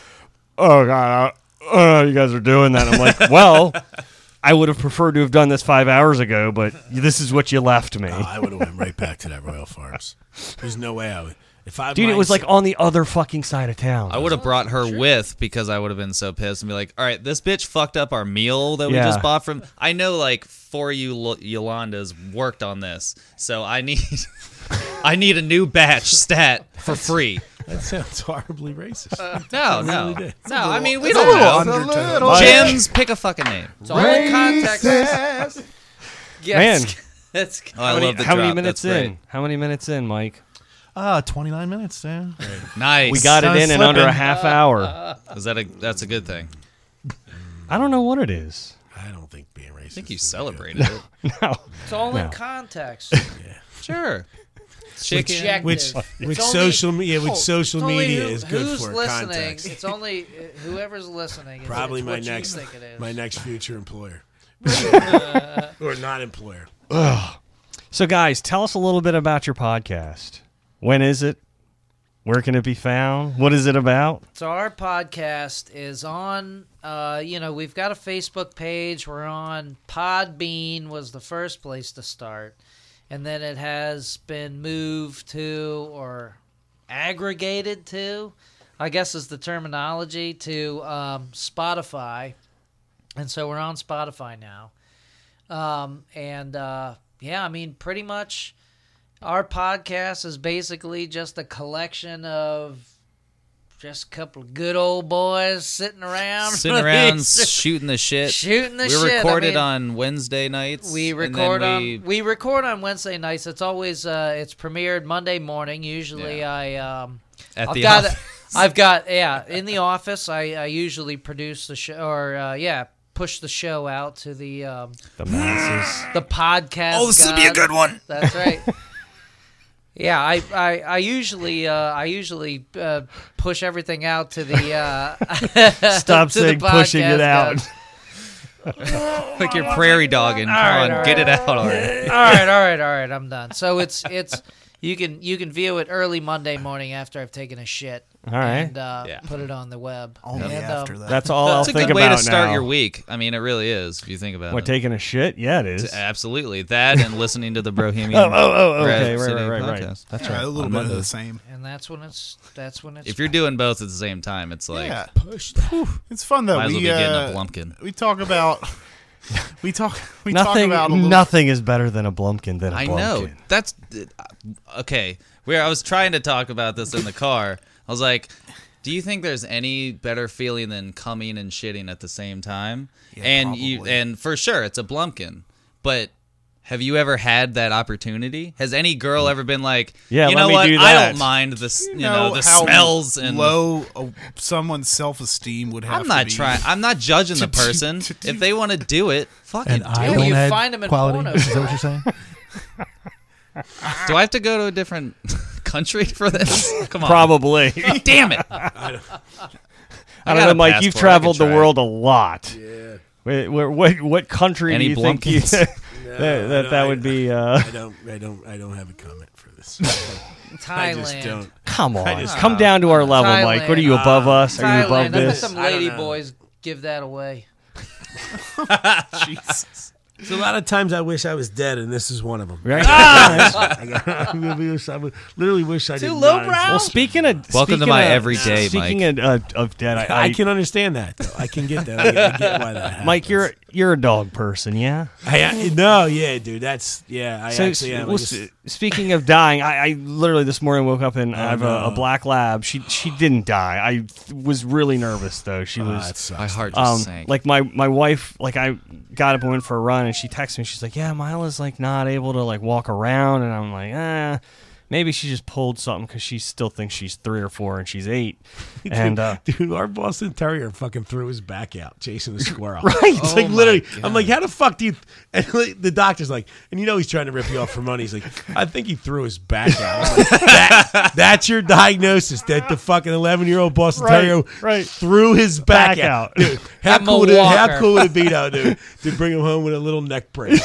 "Oh god, I, oh, you guys are doing that." I'm like, "Well." I would have preferred to have done this five hours ago, but this is what you left me.
I would have went right back to that Royal Farms. There's no way I would. If I
Dude, it was like on the other fucking side of town.
I would have brought her with because I would have been so pissed and be like, "All right, this bitch fucked up our meal that we
Yeah.
just bought from." I know, like, four you Yolandas worked on this, so I need, I need a new batch stat for free. Uh,
that sounds horribly racist.
No, no,
did.
no. I mean, we don't know.
undertone.
Jim's, pick a fucking name. Oh,
It's all in context. Yes.
Man.
That's
Oh, I
How many-
love the
How many
drop.
minutes
That's
in? How many minutes in, Mike?
Ah, 29 minutes. Yeah.
great. Nice.
We got it
Sounds
in in under a
slipping.
half
Uh,
hour.
Is that a? That's a good thing.
I don't know what it is.
I don't think being racist.
I think you celebrated it.
No.
It's all in
No.
context.
Sure. Chicken.
Objective.
Which,
It's
which
only-
social media,
Oh,
which social
it's only
media
who-
is good
who's
for
listening.
context.
It's only uh, whoever's listening. It's,
Probably
it's
my
what you
next,
think it is.
my next future employer, or not employer.
So, guys, tell us a little bit about your podcast. When is it? Where can it be found? What is it about?
So our podcast is on. Uh, you know, we've got a Facebook page. We're on Podbean was the first place to start, and then it has been moved to or aggregated to, I guess is the terminology, to um, Spotify. And so we're on Spotify now. Um, and uh, yeah, I mean, pretty much our podcast is basically just a collection of just a couple of good old boys sitting around.
Sitting around shooting the shit.
Shooting the
we
shit, I
recorded
mean-
on Wednesday nights.
We
and then
record
we-
on we record on Wednesday nights. It's always uh, it's premiered Monday morning. Usually I um
At
I've
the
got
office.
I've got yeah in the office. I, I usually produce the show or uh, yeah push the show out to the um,
The masses.
the podcast.
Oh, this will be a
God.
good one.
That's right. yeah, I I, I usually uh, I usually uh, push everything out to the uh,
Stop
to the
saying pushing
podcast
it out.
God.
like your prairie dogging. Come
right,
on,
all
get it
right.
out already.
all right, all right, all right. I'm done. So it's it's you can you can view it early Monday morning after I've taken a shit.
All right.
And uh,
Yeah.
put it on the web.
Only
And, um,
after that.
That's all I'll
That's a
think
good way to
about
start
now.
your week. I mean, it really is if you think about
What,
it.
taking a shit? Yeah, it is.
Absolutely, that and listening to the Bohemian.
Oh, oh, oh, okay, right,
Rhapsody
right, right, right.
podcast. That's
Yeah, a little
on
bit of the
Mondays.
same.
And that's when it's that's when it's.
If you're doing both at the same time, it's like
yeah, Whew. It's fun though.
might
we
as well be getting
uh,
a blumpkin.
We talk about. We talk. We
Nothing,
talk about a little,
nothing is better than a Blumpkin than a
I
Blumpkin.
know. That's uh, okay. Where I was trying to talk about this in the car, I was like, "Do you think there's any better feeling than coming and shitting at the same time?" and you
probably.
and for sure, it's a blumpkin. But have you ever had that opportunity? Has any girl ever been like,
Yeah,
you
let
know
me
what?
do
I
that."
don't mind the s- you, know, the
how
smells and
low a, someone's self esteem would have.
I'm
to
not
be.
trying. I'm not judging the person. if they want to do it, fucking
And
do
I
it.
Ew,
don't
you
add
find 'em in
quality.
porno.
Is that what you're saying?
Do I have to go to a different country for this? Come on.
Probably.
Damn it.
I
got
don't know,
a
Mike. You've
passport. I
traveled
could
the
try.
world a lot. Yeah. What, what, what country
Any
do you think you,
Blumpkins?
that, that,
no,
that
I-
would be? Uh,
I don't, I don't, I don't have a comment for this. I
Thailand.
just don't.
come on, come down to our level, Mike. What are you above us? Are you above
Thailand. I bet
this?
some
I don't
lady
know.
boys give that away.
There's a lot of times I wish I was dead, and this is one of them.
Right?
I got- I wish I would- literally wish I didn't. die.
Well, speaking of
Welcome to
speaking
my
of-
everyday,
Speaking of, uh, of, of dead, I,
I, can understand that. Though. I can get that. I get, I get why that. Happens.
Mike, you're you're a dog person, yeah.
I, I- no, yeah, dude. That's yeah. I actually am. I
well,
just-
s- speaking of dying, I, I literally this morning woke up
Oh,
and I have a, a black lab. She she didn't die. I th- was really nervous though. She
Ah,
was
it sucks.
My heart just
um,
sank.
like my my wife like i got up and went for a run and she texted me she's like yeah mila's like not able to like walk around and i'm like ah maybe she just pulled something because she still thinks she's three or four and she's eight and uh
Dude, our Boston Terrier fucking threw his back out chasing a squirrel.
Right. Oh
It's like literally, I'm like, how the fuck do you? And like, the doctor's like, and you know he's trying to rip you off for money. He's like, I think he threw his back out. I'm like, that, that's your diagnosis. That the fucking 11 year old Boston
Right,
Terrier
right.
threw his
Back
back,
out.
out. Dude, how
I'm a
cool would it, how
walker.
cool would it be though, dude, to bring him home with a little neck brace?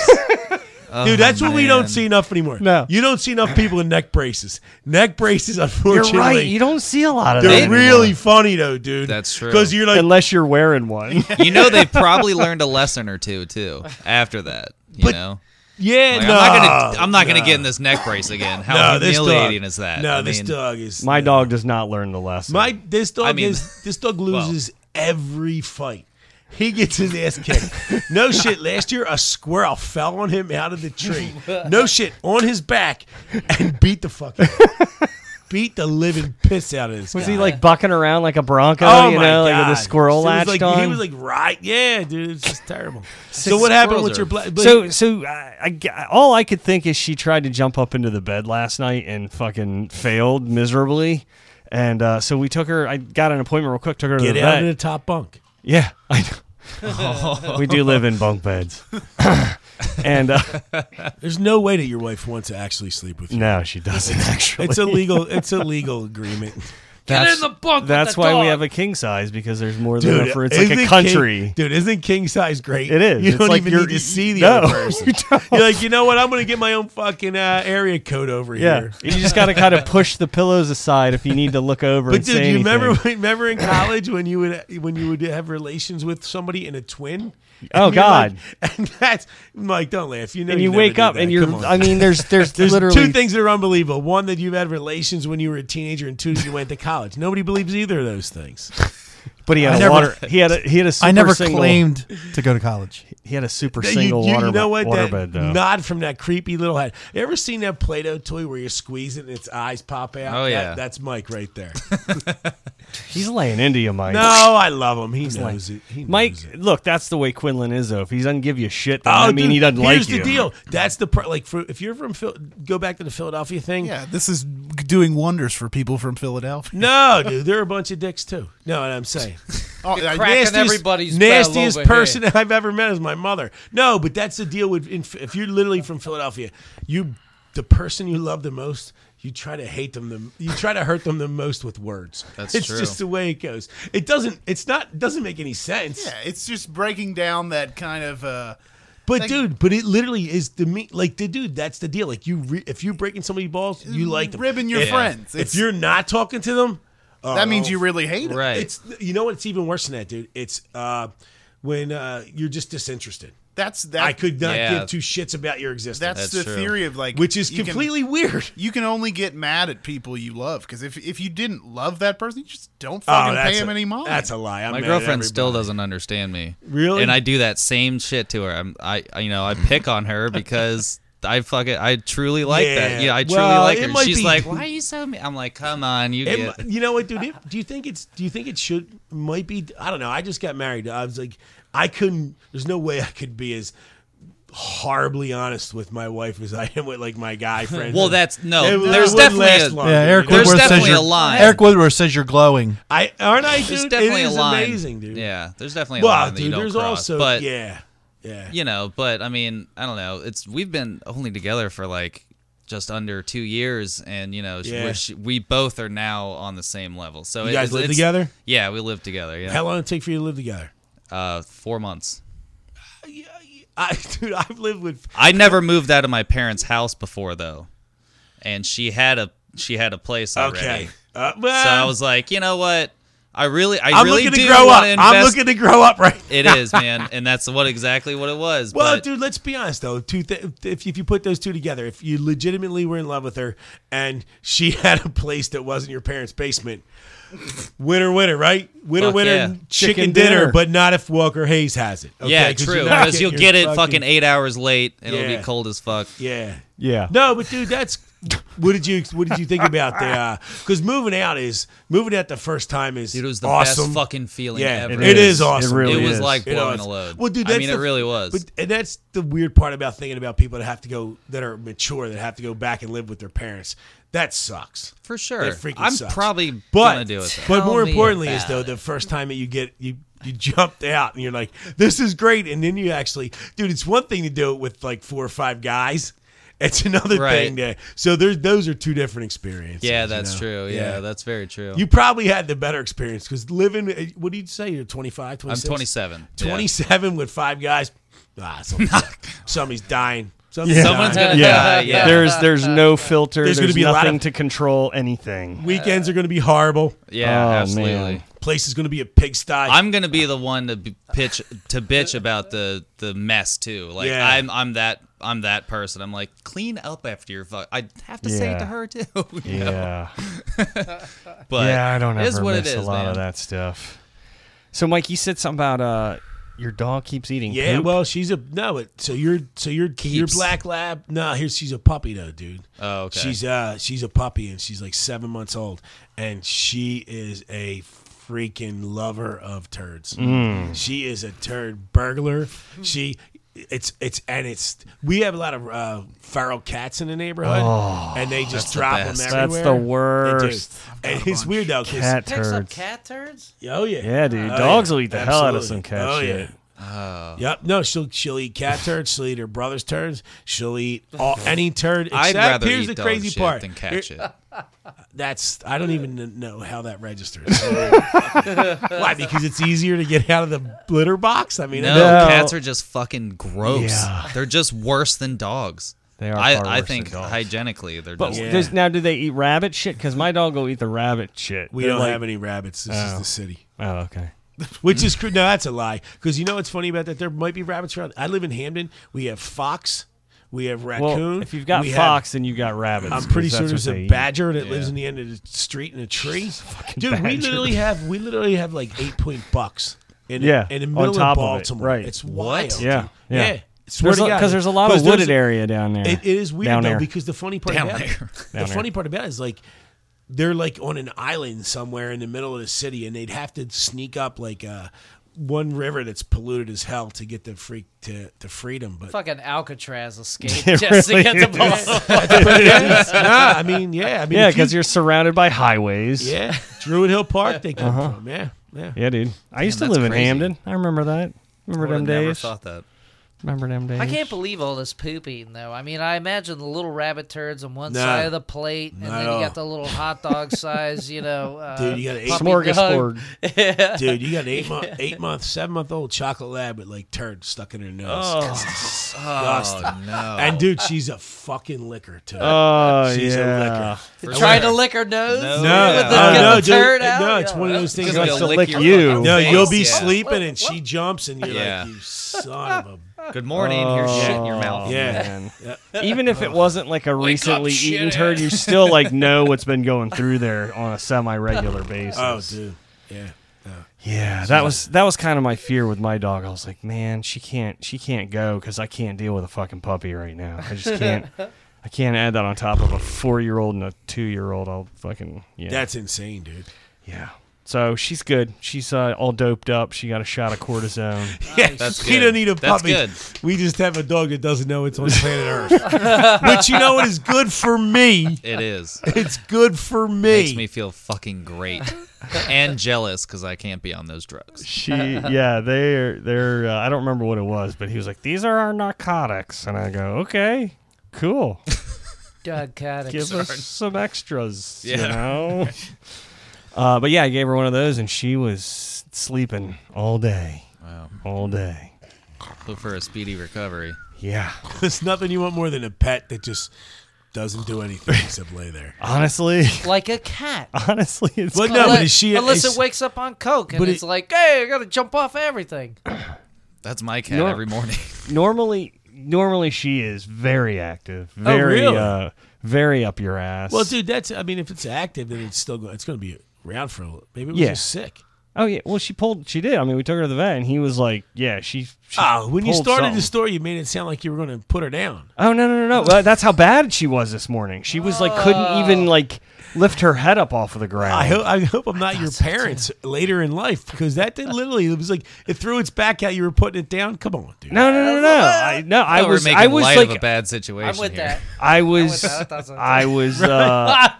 Dude, that's what we
Oh, man.
don't see enough anymore.
Oh, No.
You don't see enough people in neck braces. Neck braces,
you're
unfortunately.
right you don't see a lot of
They're
that
They-
really funny though, dude.
That's true.
Because you're like,
unless you're wearing one
you know, they probably learned a lesson or two too after that. You
But-
know,
yeah,
Like,
no,
I'm not gonna, I'm not gonna
no.
get in this neck brace again. How
No, this
humiliating
dog,
is that?
No,
I
this
mean,
dog is
my
no.
dog does not learn the lesson
My this dog
I mean-
is this dog loses every fight. He gets his ass kicked. No shit. Last year, a squirrel fell on him out of the tree. No shit, on his back, and beat the fucking, beat the living piss out of this
was
guy.
he like bucking around like a bronco you know like with a squirrel
So it was
latched
like,
on
Oh He was like, right, yeah, dude, it's just terrible. so what happened with
squirrels
your
are-
black?
so so I, I g- all I could think is she tried to jump up into the bed last night and fucking failed miserably. And uh, so we took her. I got an appointment real quick. Took her to
get
the
out
vet.
of the top bunk.
yeah, I know. we do live in bunk beds. and uh,
There's no way that your wife wants to actually sleep with you.
no, she doesn't actually.
It's a legal. It's a legal agreement.
Get in the bunk. with
That's
the
why we
dog.
have a king size because there's more than enough for it's like a
isn't
country.
King, dude, isn't king size great?
It is.
You
It's
don't
like
even
you're-
need to see the
no,
other person.
you
You
don't.
are like, you know what? I'm going to get my own fucking uh, area code over
Yeah,
here.
you just got to kind of push the pillows aside if you need to look over.
But
and
dude,
say
you remember
anything.
remember in college when you would when you would have relations with somebody and a twin?
Oh,
And you're like-
God.
and that's Mike. Don't laugh. You know.
and you
never
wake
did
up
that.
and you're.
Come on.
I mean, there's there's,
There's
literally
two things that are unbelievable. One that you've had relations when you were a teenager, and two that you went to college. Nobody believes either of those things.
But he had
I
a
never-
water. He had a he had a super
I never
single,
claimed to go to college.
He had a super
That
single water,
you know what?
waterbed
that
though.
nod from that creepy little head. You ever seen that Play-Doh toy where you squeeze it and its eyes pop out?
Oh,
That-
yeah.
that's Mike right there.
He's laying into you, Mike.
no, I love him. He knows it. He knows
Mike,
it.
look, that's the way Quinlan is though. If he doesn't give you shit, then I mean
Oh, dude,
he doesn't like
here's
you.
the deal. That's the part. Like, for, if you're from Phil, go back to the Philadelphia thing.
Yeah, this is doing wonders for people from Philadelphia.
No, dude, they're a bunch of dicks too. No, and I'm saying
Oh, I-
cracking everybody's bell
nastiest
over
person
here.
I've ever met is my mother. No, but that's the deal with in, if you're literally from Philadelphia, you the person you love the most, you try to hate them the you try to hurt them the most with words.
That's
it's
true.
just the way it goes. It doesn't. It's not. Doesn't make any sense.
yeah, it's just breaking down that kind of. Uh,
But
Like-
dude, but it literally is the me like the dude. That's the deal. Like you, re- if you're breaking somebody's balls, you like them.
ribbing your
If-
friends.
If
It's-
you're not talking to them, Uh,
that means you really hate it.
Right.
it's you know what's even worse than that, dude. It's uh, when uh, you're just disinterested.
That's that.
I could not
Yeah.
give two shits about your existence.
That's, the
That's true.
theory of like,
which is
you can-
completely weird.
you can only get mad at people you love because if if you didn't love that person, you just don't
Oh,
fucking pay
that's
him
a,
any mind.
That's a lie. I'm
My
mad at
girlfriend still
everybody.
doesn't understand me.
Really?
And I do that same shit to her. I'm, I, I- you know, I pick on her because I fucking, I truly like
Yeah.
that. Yeah, I truly
Well,
like
it
her.
might
She's
be-
like, why are you so mean? I'm like, come on, you
It
get.
mi- you know what, dude? It- do you think it's? Do you think it should? Might be. I don't know. I just got married. I was like, I couldn't. There's no way I could be as horribly honest with my wife as I am with like my guy friends.
Well, that's
It
no.
wouldn't
There's
last
definitely
long,
a,
Yeah,
dude.
Eric
There's
Woodworth says
definitely
you're
a line.
Eric Woodworth says you're glowing.
I aren't I, dude?
There's
it
definitely
is
a line.
amazing, dude.
Yeah, there's definitely a
Well,
line that you
dude,
don't
there's
cross.
also
but
yeah, yeah.
you know, but I mean, I don't know. It's we've been only together for like just under two years, and you know,
Yeah.
we're, sh- we both are now on the same level. So
You
it-
guys
it's-
live
it's-
together?
Yeah, we live together. Yeah,
How long did it take for you to live together?
uh, four months.
I, dude, I've lived with.
I never moved out of my parents' house before though, and she had a she had a place already.
Okay. Uh,
So
well,
I was like, you know what? I really, I
I'm
really
looking to
do
grow up.
wanna
I'm
invest-
looking to grow up right
It is, man, and that's what exactly what it was.
Well,
but-
dude, let's be honest though. Two th- if if you put those two together, if you legitimately were in love with her and she had a place that wasn't your parents' basement, winner, winner, right? Winner,
Fuck
winner,
yeah.
chicken,
Chicken
dinner,
dinner.
But not if Walker Hayes has it. Okay?
yeah,
'Cause
true.
you're not
Because you'll
getting
get it
your
fucking eight hours late, and it'll
Yeah.
be cold as fuck.
Yeah,
Yeah.
no, but dude, that's what did you what did you think about the? Because moving out is moving out the first time is
Dude, it was the
awesome.
best fucking feeling
Yeah,
ever.
it is. awesome.
It really
it was
is.
like
It
blowing
was.
a load.
Well, dude,
I
that's
mean,
the-
it really was.
But and that's the weird part about thinking about people that have to go that are mature that have to go back and live with their parents. That sucks.
for sure,
That freaking
I'm
sucks.
probably
But
gonna do it. Though.
but
Tell
more
me
importantly is
about
though the first time that you get you you jumped out and you're like this is great and then you actually dude it's one thing to do it with like four or five guys. It's another
Right.
thing to so there's those are two different experiences.
Yeah,
you
that's
know?
true. Yeah, that's very true.
You probably had the better experience because living, eh, what do you say? You're 25,
I'm
26?
27. yeah.
27 with five guys. Ah, something- somebody's dying. Somebody's
Someone's
dying.
gonna
Yeah.
die. Yeah,
There's there's no filter.
There's
There's,
gonna be a lot
nothing
of-
to control anything.
Weekends are going to be horrible.
yeah,
Oh,
absolutely.
man.
Place is going to be a pigsty.
I'm gonna be the one to b- pitch to bitch about the the mess too. Like
Yeah.
I'm I'm that I'm that person. I'm like clean up after your fuck. I have to say it
Yeah.
to her too. you know?
Yeah.
But
yeah, I don't
it
ever
is what it
miss
is,
a lot
man.
of that stuff. So, Mike, you said something about uh, your dog keeps eating.
yeah,
poop.
well, she's a no. It, so you're so you're your
Keeps.
black lab. No, here she's a puppy though, dude.
Oh, okay.
She's uh she's a puppy and she's like seven months old and she is a freaking lover of turds.
Mm.
She is a turd burglar. She it's it's and it's we have a lot of uh, feral cats in the neighborhood and they just
the
drop
best.
them
Oh, That's
everywhere.
the
They do.
worst.
And it's weird though, 'cause-
cat
Picks up
turds.
cat turds?
oh yeah,
Yeah, dude.
Oh,
Dogs
yeah.
will eat the hell out of
Absolutely.
some cat
oh,
shit.
Yeah. Yep. No, she'll she'll eat cat turds. She'll eat her brother's turds. She'll eat all, any turd. Except,
I'd rather
here's
eat
the
dog
crazy
shit
part.
than
Here-
cat shit.
That's I don't even kn- know how that registers. Why? Because it's easier to get out of the litter box. I mean,
No,
No.
cats are just fucking gross.
Yeah.
They're just worse than dogs.
They are
I,
far
I
worse
think
than dogs.
hygienically, they're
But
just.
does, now, do they eat rabbit shit? Because my dog will eat the rabbit shit.
we
They're
don't
like-
have any rabbits. This is
Oh.
the city,
Oh, okay.
which is cr- no, that's a lie. Because you know what's funny about that? There might be rabbits around. I live in Hamden. We have fox. We have raccoon.
Well, if you've got
we have-
fox, then you've got rabbits.
I'm
'cause
pretty
that's
sure
what
there's
they
a
eat.
badger that lives in the end of the street in a tree. Dude, we
badger.
literally have we literally have like eight point bucks in
Yeah,
in the
on
middle
top of
of
it,
Baltimore.
right.
It's wild. dude.
Yeah, yeah.
Swear to God.
Because there's a lot of
'Cause there's
wooded
a-
area down there.
It, it is weird
down
though
there.
because the funny part
Down
about it-
there.
the
Down there.
funny part about it is like they're like on an island somewhere in the middle of the city, and they'd have to sneak up like uh, one river that's polluted as hell to get the freak to, to freedom. But
Fucking Alcatraz escape just to get the ball.
Nah, I mean, yeah, I mean,
yeah,
if you-
because you, are surrounded by highways.
yeah, Druid Hill Park they come from. Yeah, yeah.
Yeah, dude. I used
Damn,
to live
that's
in
crazy.
Hamden. I remember that. Remember
I
them
never
days.
thought that.
Remember them days.
I can't believe all this poop eating though. I mean, I imagine the little rabbit turds on one
No.
side of the plate, and then
No.
you got the little hot dog size, you know, uh,
Dude, you got an eight,
puppy
Smorgasbord.
dog.
dude, you got an eight month, eight month, seven month old chocolate lab with like turd stuck in her nose.
Oh no!
And dude, she's a fucking liquor too.
Oh
she's a
yeah.
liquor.
For
Trying to
sure.
lick her nose.
No.
with
Yeah.
the,
Oh,
get
no,
the
dude,
turd out.
no, it's
Yeah.
one of those things.
Just
Like,
gonna
to lick
your
you.
fucking
no,
face.
you'll be
Yeah.
sleeping and she jumps and you're
Yeah.
like, you son of a.
Good morning. Here's shit in your mouth.
Yeah.
man. Even if it wasn't like a recently eaten turd, you still like know what's been going through there on a semi-regular basis.
Oh, dude. Yeah.
Yeah, that was that was kind of my fear with my dog. I was like, man, she can't she can't go because I can't deal with a fucking puppy right now. I just can't. I can't add that on top of a four year old and a two year old. I'll fucking yeah.
That's insane, dude.
yeah. So she's good. She's uh, all doped up. She got a shot of cortisone.
Yeah,
That's
we
good.
don't need a
That's
puppy.
good.
We just have a dog that doesn't know it's on planet Earth. Which you know what is good for me.
It is.
It's good for
makes me feel fucking great and jealous because I can't be on those drugs.
She yeah, they're they're. Uh, I don't remember what it was, but he was like, these are our narcotics, and I go, okay, cool.
God, God,
give us some extras, you
Yeah.
know. uh, but yeah, I gave her one of those, and she was sleeping all day,
Wow.
all day.
Hope for a speedy recovery.
Yeah,
There's nothing you want more than a pet that just doesn't do anything except lay there.
honestly,
like a cat.
honestly, it's
But no,
Unless-
but is she?
unless
is-
it wakes up on coke and
but
it's
it-
like, hey, I gotta jump off everything.
That's my cat
No.
every morning.
normally normally she is very active, very
Oh, really?
uh, very up your ass.
well, dude, that's. I mean, if it's active, then it's still going. It's going to be around for a little. Maybe it was
Yeah.
just sick.
oh yeah, well she pulled, she did. I mean, we took her to the vet, and he was like, yeah, she. she
Oh, when you
pulled
started
something.
the story, you made it sound like you were going to put her down.
Oh no no no no! Well, that's how bad she was this morning. She was like couldn't even like lift her head up off of the ground.
Oh. I hope I hope I'm not your parents later in life because that did literally it was like it threw its back out. You were putting it down. Come on, dude.
No, no, no, no. I, no, I
Thought we were
was,
making
I was
light
like,
of a bad situation.
I'm with
here.
that.
I was,
I went down a
I
thousand
was, uh,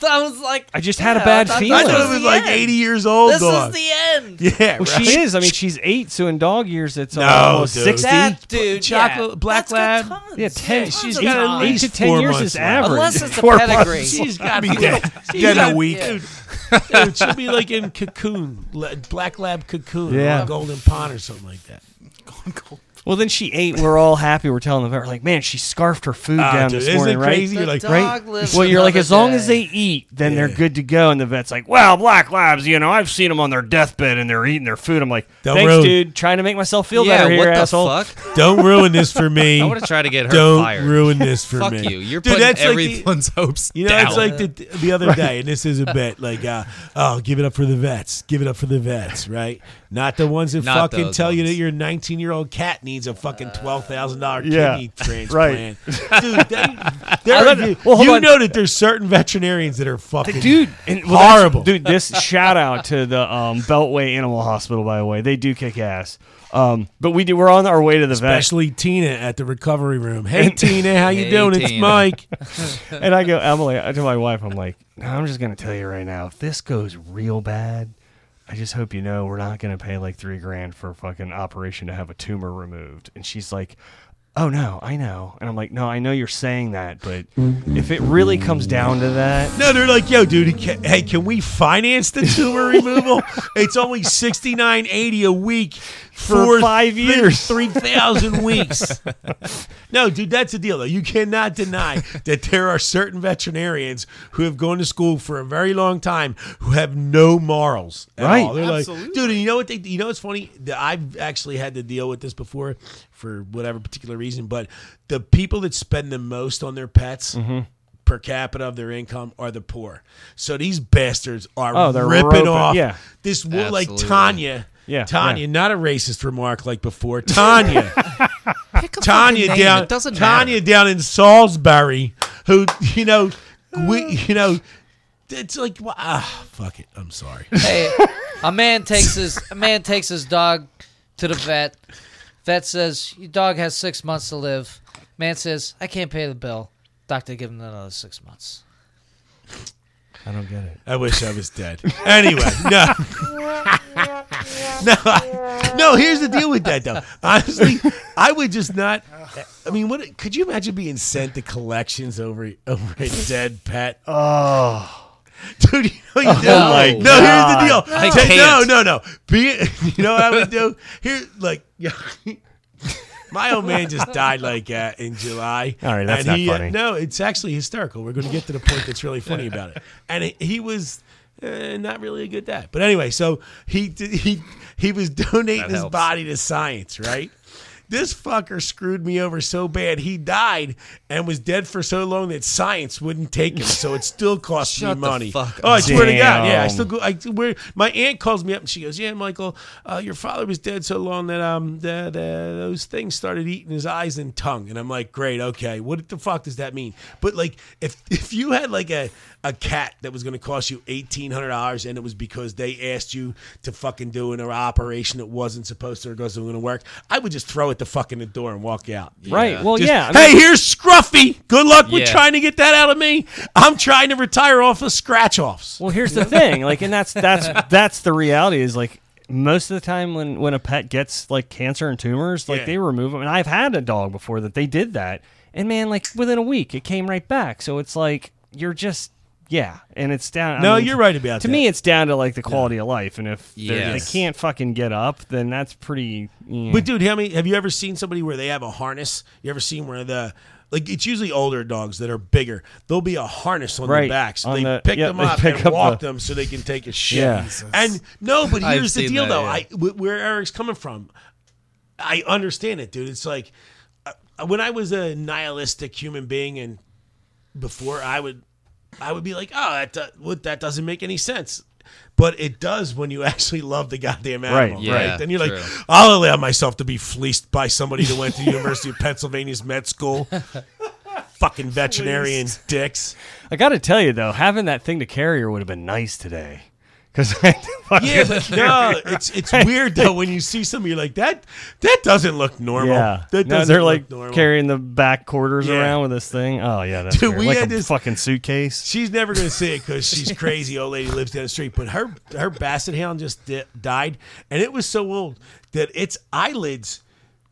I, was like,
I just had a
yeah,
bad
thought this
I
feeling.
thought it was
the
like
end.
80 years old.
This
dog.
is the end.
yeah,
well,
right?
she is. I mean, she's eight, so in dog years, it's
No,
almost
dude.
60.
That dude,
Chocolate-
yeah.
black
That's got
lab.
tons.
yeah, 10.
tons
she's
of
eight,
time.
eight to 10
Four
years
months
is
left.
average.
Unless it's a
Four months.
pedigree.
She's got
be dead, dead in a week.
Dude, dude, she'll be like in cocoon, le- black lab cocoon,
Yeah.
or a golden pond or something like that.
Well, then she ate. We're all happy. We're telling the vet, we're like, man, she scarfed her food
Ah,
down
dude,
this
isn't
morning,
it
right?
crazy? You're
The
like,
dog
right?
lives
Well, you're like,
another
as long
day.
as they eat, then they're
Yeah.
good to go. And the vet's like, well, black labs, you know, I've seen them on their deathbed and they're eating their food. I'm like,
Don't
thanks,
ruin-
dude. Trying to make myself feel
Yeah,
better
what
here,
the
asshole.
fuck?
don't ruin this for me.
I want to try to get her
Don't
fired.
ruin this for
Fuck
me.
you. You're
Dude,
putting
that's like the-
everyone's hopes
You know,
down.
it's like the, the other day, and this is a bit like, uh, oh, give it up for the vets. Give it up for the vets, right? Not the ones that
Not
fucking
those
tell you
ones.
that your 19 year old cat needs a fucking $12,000
yeah,
kidney transplant. Dude, that,
thought-
there, you
well, hold
you
on.
know that there's certain veterinarians that are fucking.
dude and, that's-
Horrible.
dude this shout out to the um, beltway animal hospital by the way they do kick ass um, but we do we're on our way to the
Especially Tina at the recovery room. Hey, Tina, how you
Hey,
doing? It's
Tina.
Mike.
vet and i uh, go emily I- to my wife i'm like "No, i'm just gonna tell you right now if this goes real bad I just hope you know we're not gonna pay like three grand for a fucking operation to have a tumor removed. And she's like, Oh no, I know. And I'm like, No, I know you're saying that, but if it really comes down to that,
No, they're like, yo, dude, ca- hey, can we finance the tumor removal? It's only sixty nine eighty a week
For five years.
three thousand weeks. no, dude, that's the deal though. You cannot deny that there are certain veterinarians who have gone to school for a very long time who have no morals. at
Right.
all. They're like,
Absolutely.
dude, and you know what they? You know what's funny? The- I've actually had to deal with this before for whatever particular reason, but the people that spend the most on their pets
Mm-hmm.
per capita of their income are the poor. So these bastards are
Oh, they're
ripping
roping-
off
yeah.
this woman like
Absolutely.
Tanya.
Yeah,
Tanya,
yeah.
not a racist remark like before. Tanya, Tanya
name,
down,
it doesn't
Tanya
matter.
down in Salisbury, who you know, we, you know, it's like, wha- ah, fuck it. I'm sorry.
Hey, a man takes his a man takes his dog to the vet. Vet says your dog has six months to live. Man says I can't pay the bill. Doctor give him another six months.
I don't get it.
I wish I was dead. Anyway, no. no, I- no, here's the deal with that though. Honestly, I would just not I mean, what could you imagine being sent to collections over over a dead pet? Oh. Dude, you know, you do.
no.
like, no, here's the deal.
Oh, I
Ta-
can't.
No, no, no. Be you know what I would do? Here like My old man just died like uh, in July.
All right, that's
and
not
he, uh,
funny.
no, it's actually hysterical. We're going to get to the point that's really funny about it. And it, he was uh, not really a good dad. But anyway, so he did, he he was donating
That
his
helps.
body to science, right? This fucker screwed me over so bad he died and was dead for so long that science wouldn't take him, so it still cost
Shut
me
the
money.
fuck
oh, I
up.
swear to God, yeah, I
Damn.
still go. I, where my aunt calls me up and she goes, "Yeah, Michael, uh, your father was dead so long that um that uh, those things started eating his eyes and tongue." And I'm like, "Great, okay. What the fuck does that mean?" But like, if if you had like a a cat that was going to cost you eighteen hundred dollars and it was because they asked you to fucking do an operation that wasn't supposed to or wasn't going to work, I would just throw it the fucking the door and walk out.
Right. Well,
Just,
yeah. I
hey, here's Scruffy. Good luck with
Yeah.
trying to get that out of me. I'm trying to retire off of scratch offs.
Well, here's the thing, like, and that's that's that's the reality is like most of the time when when a pet gets like cancer and tumors, like
Yeah.
they remove them. And I've had a dog before that they did that, and man, like within a week it came right back. So it's like you're just yeah, and it's down. I
No,
mean,
you're right about
to
that.
me, it's down to like the quality of life, and if they're they
Yes.
can't fucking get up, then that's pretty. Yeah.
But dude, how many have you ever seen somebody where they have a harness? You ever seen where the like it's usually older dogs that are bigger. There'll be a harness on their
Right,
back, so
on
they
the-
pick
yeah,
them
they
up
pick
and
up
walk
the-
them so they can take a shit.
Yeah.
And no, but
I've
here's the
seen
deal
that,
though.
yeah.
I wh- where Eric's coming from, I understand it, dude. It's like uh, when I was a nihilistic human being, and before I would, I would be like, oh, that do- what that doesn't make any sense. But it does when you actually love the goddamn animal, right?
yeah,
Then you're like,
true.
I'll allow myself to be fleeced by somebody that went to the University of Pennsylvania's med school. Fucking veterinarian dicks.
I got to tell you though, having that thing to carry her would have been nice today, because yeah,
no, it's it's weird though when you see somebody you're like that. That doesn't look normal.
Yeah,
that
no,
doesn't
they're
look
like
normal.
carrying the back quarters
Yeah.
around with this thing. Oh yeah, that's
Dude,
weird.
we
like
had
a
this-
fucking suitcase.
She's never going to see it because she's crazy. Old lady lives down the street, but her her basset hound just di- died, and it was so old that its eyelids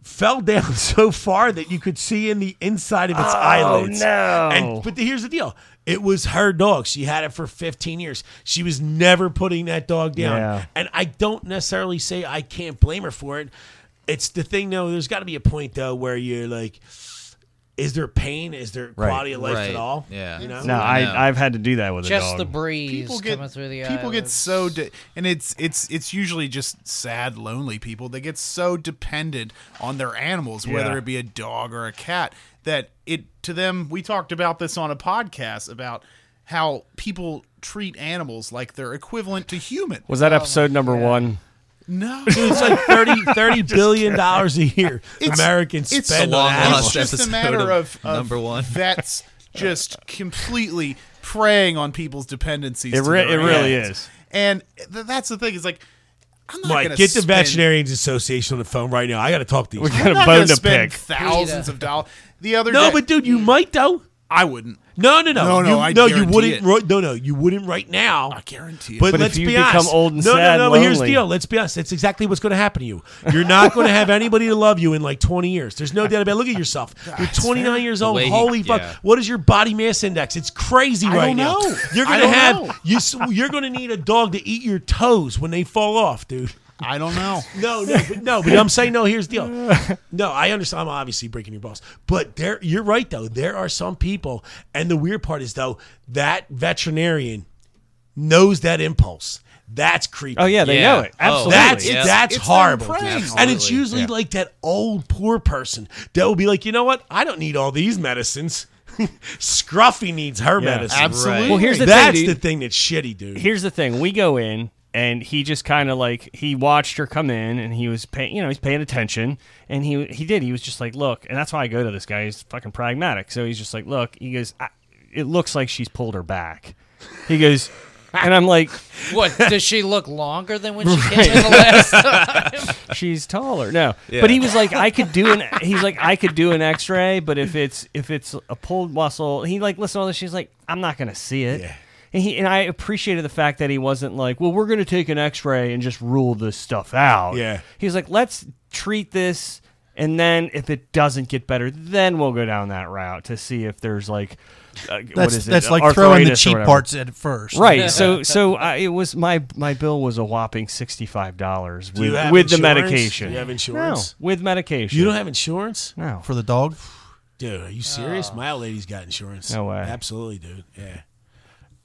fell down so far that you could see in the inside of its
Oh,
eyelids.
Oh, no.
And but the- here's the deal: it was her dog. She had it for 15 years. She was never putting that dog down,
Yeah.
and I don't necessarily say I can't blame her for it. It's the thing, though. There's got to be a point though where you're like. Is there pain? Is there
Right.
quality of life
Right.
at all?
Yeah.
You know?
No,
know.
I I've had to do that with
Just
a dog.
the breeze
people
coming
get
through the
people get
eyelids.
so de- and it's it's it's usually just sad lonely people they get so dependent on their animals whether
Yeah.
it be a dog or a cat that it to them we talked about this on a podcast about how people treat animals like they're equivalent to human
Was that episode number one?
no
It's like 30, 30 billion dollars a year Americans
it's
spend
a
on
long
animals.
it's
lost
just a
episode
matter
of
of, of
number one.
vets just completely preying on people's dependencies
It
to
re-
their
it really
animals.
is.
and th- that's the thing is like I'm not
Mike,
gonna
get the
spend-
Veterinarians Association on the phone right now. I got to talk to you.
We got
I'm
a
not
bone
gonna
to
spend
pick.
thousands of dollars. The other
No,
day,
but dude, you might though.
I wouldn't.
No, no, no,
No, no,
You,
I
no, you
guarantee
wouldn't.
it.
ri- No, no, you wouldn't right now.
I guarantee it.
But,
But if
let's
you
be
become
honest.
old and
no,
sad
no,
and
no. But here's the
lonely-
deal. Let's be honest. That's exactly what's going to happen to you. You're not going to have anybody to love you in like 20 years. There's no doubt about. it. Look at yourself. You're 29 years old.
way he-
Holy fuck!
yeah.
What is your body mass index? It's crazy
I
right
don't
now.
know.
You're
I
going to
don't
have
know.
you. s- You're going to need a dog to eat your toes when they fall off, dude.
I don't know.
No, no, but, no, but I'm saying no. Here's the deal. No, I understand. I'm obviously breaking your balls, but there, you're right though. There are some people, and the weird part is though that veterinarian knows that impulse. That's creepy.
Oh yeah, they
Yeah.
know it.
Oh,
Absolutely.
That's
Yeah.
that's
It's their
horrible,
prey.
dude.
Absolutely.
and it's usually
Yeah.
like that old poor person that will be like, you know what? I don't need all these medicines. Scruffy needs her
Yeah.
medicine.
Absolutely.
Well, here's the
that's
thing,
the
dude.
thing that's shitty, dude.
here's the thing we go in and he just kind of like he watched her come in and he was paying you know he's paying attention and he he did he was just like look and that's why i go to this guy he's fucking pragmatic so he's just like look he goes I, it looks like she's pulled her back he goes and i'm like
What does she look longer than when she came in the last time?
she's taller no but he was like i could do an he's like i could do an x-ray but if it's if it's a pulled muscle he like listen to all this she's like i'm not gonna see it and he and i appreciated the fact that he wasn't like well we're gonna take an x-ray and just rule this stuff out
Yeah.
he was like let's treat this and then if it doesn't get better then we'll go down that route to see if there's like uh, what
That's
is it
that's like throwing
arthritis
the
or
cheap
whatever.
parts at first.
Right. So so I, it was my my bill was a whopping sixty five dollars
you
with,
have
with the
insurance?
medication.
Do you have insurance?
No, with medication.
You don't have insurance?
no.
for the dog.
Dude, are you serious? My old lady's got insurance.
No way.
Absolutely, dude. Yeah.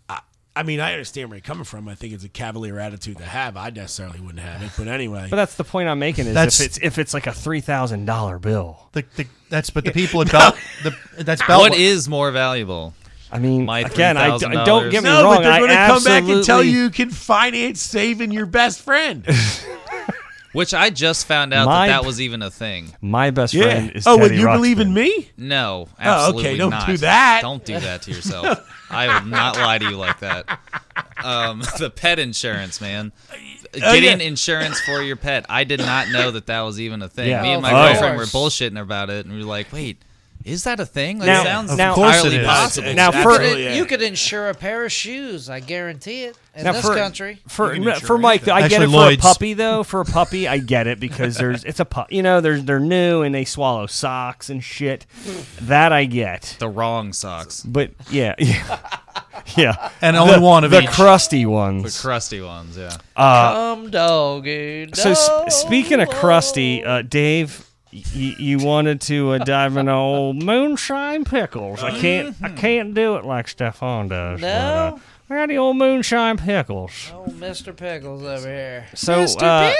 I, I mean, I understand where you're coming from. I think it's a cavalier attitude to have. I necessarily wouldn't have it, but anyway.
but that's the point I'm making is
That's-
if it's if it's like a three thousand dollar bill.
The, the, that's but the people at Bell. The, that's Bell.
What is more valuable?
I mean,
My
again, I d-
$3,000
don't get me
no,
wrong.
but they're
I
going to come back and tell
absolutely-
you you can finance saving your best friend.
Which I just found out
My-
that that was even a thing.
my best friend is.
oh,
Teddy
would you believe in
Ruxpin.
me?
No,
Oh, okay,
absolutely
don't
not.
do that.
Don't do that to yourself. I will not lie to you like that. Um, the pet insurance, man. Getting
Oh, yeah.
insurance for your pet. I did not know that that was even a thing.
Yeah.
Me and my
Of course.
girlfriend were bullshitting about it, and we were like, "Wait, is that a thing? Like,
Now-
it sounds
now- Of
course it
entirely
is.
possible."
Now, for-
You could-
Absolutely, yeah.
you could insure a pair of shoes. I guarantee it in
Now,
this
for,
country.
for
can
no,
insure
for Mike,
anything.
I get
Actually,
it for
Lloyd's-
a puppy though. For a puppy, I get it because there's it's a pup. You know, they're they're new and they swallow socks and shit. That I get.
the wrong socks,
But yeah, yeah, yeah.
And only one of
the
each.
crusty
the
ones.
crusty ones. Yeah.
Come, doggy.
uh, so sp-
dog.
speaking of crusty, uh, Dave, y- y- you wanted to uh, dive into old moonshine pickles. I can't, I can't do it like Stefan does. but, uh,
No?
we got the old moonshine pickles.
Oh, Mr. Pickles over here.
So, uh,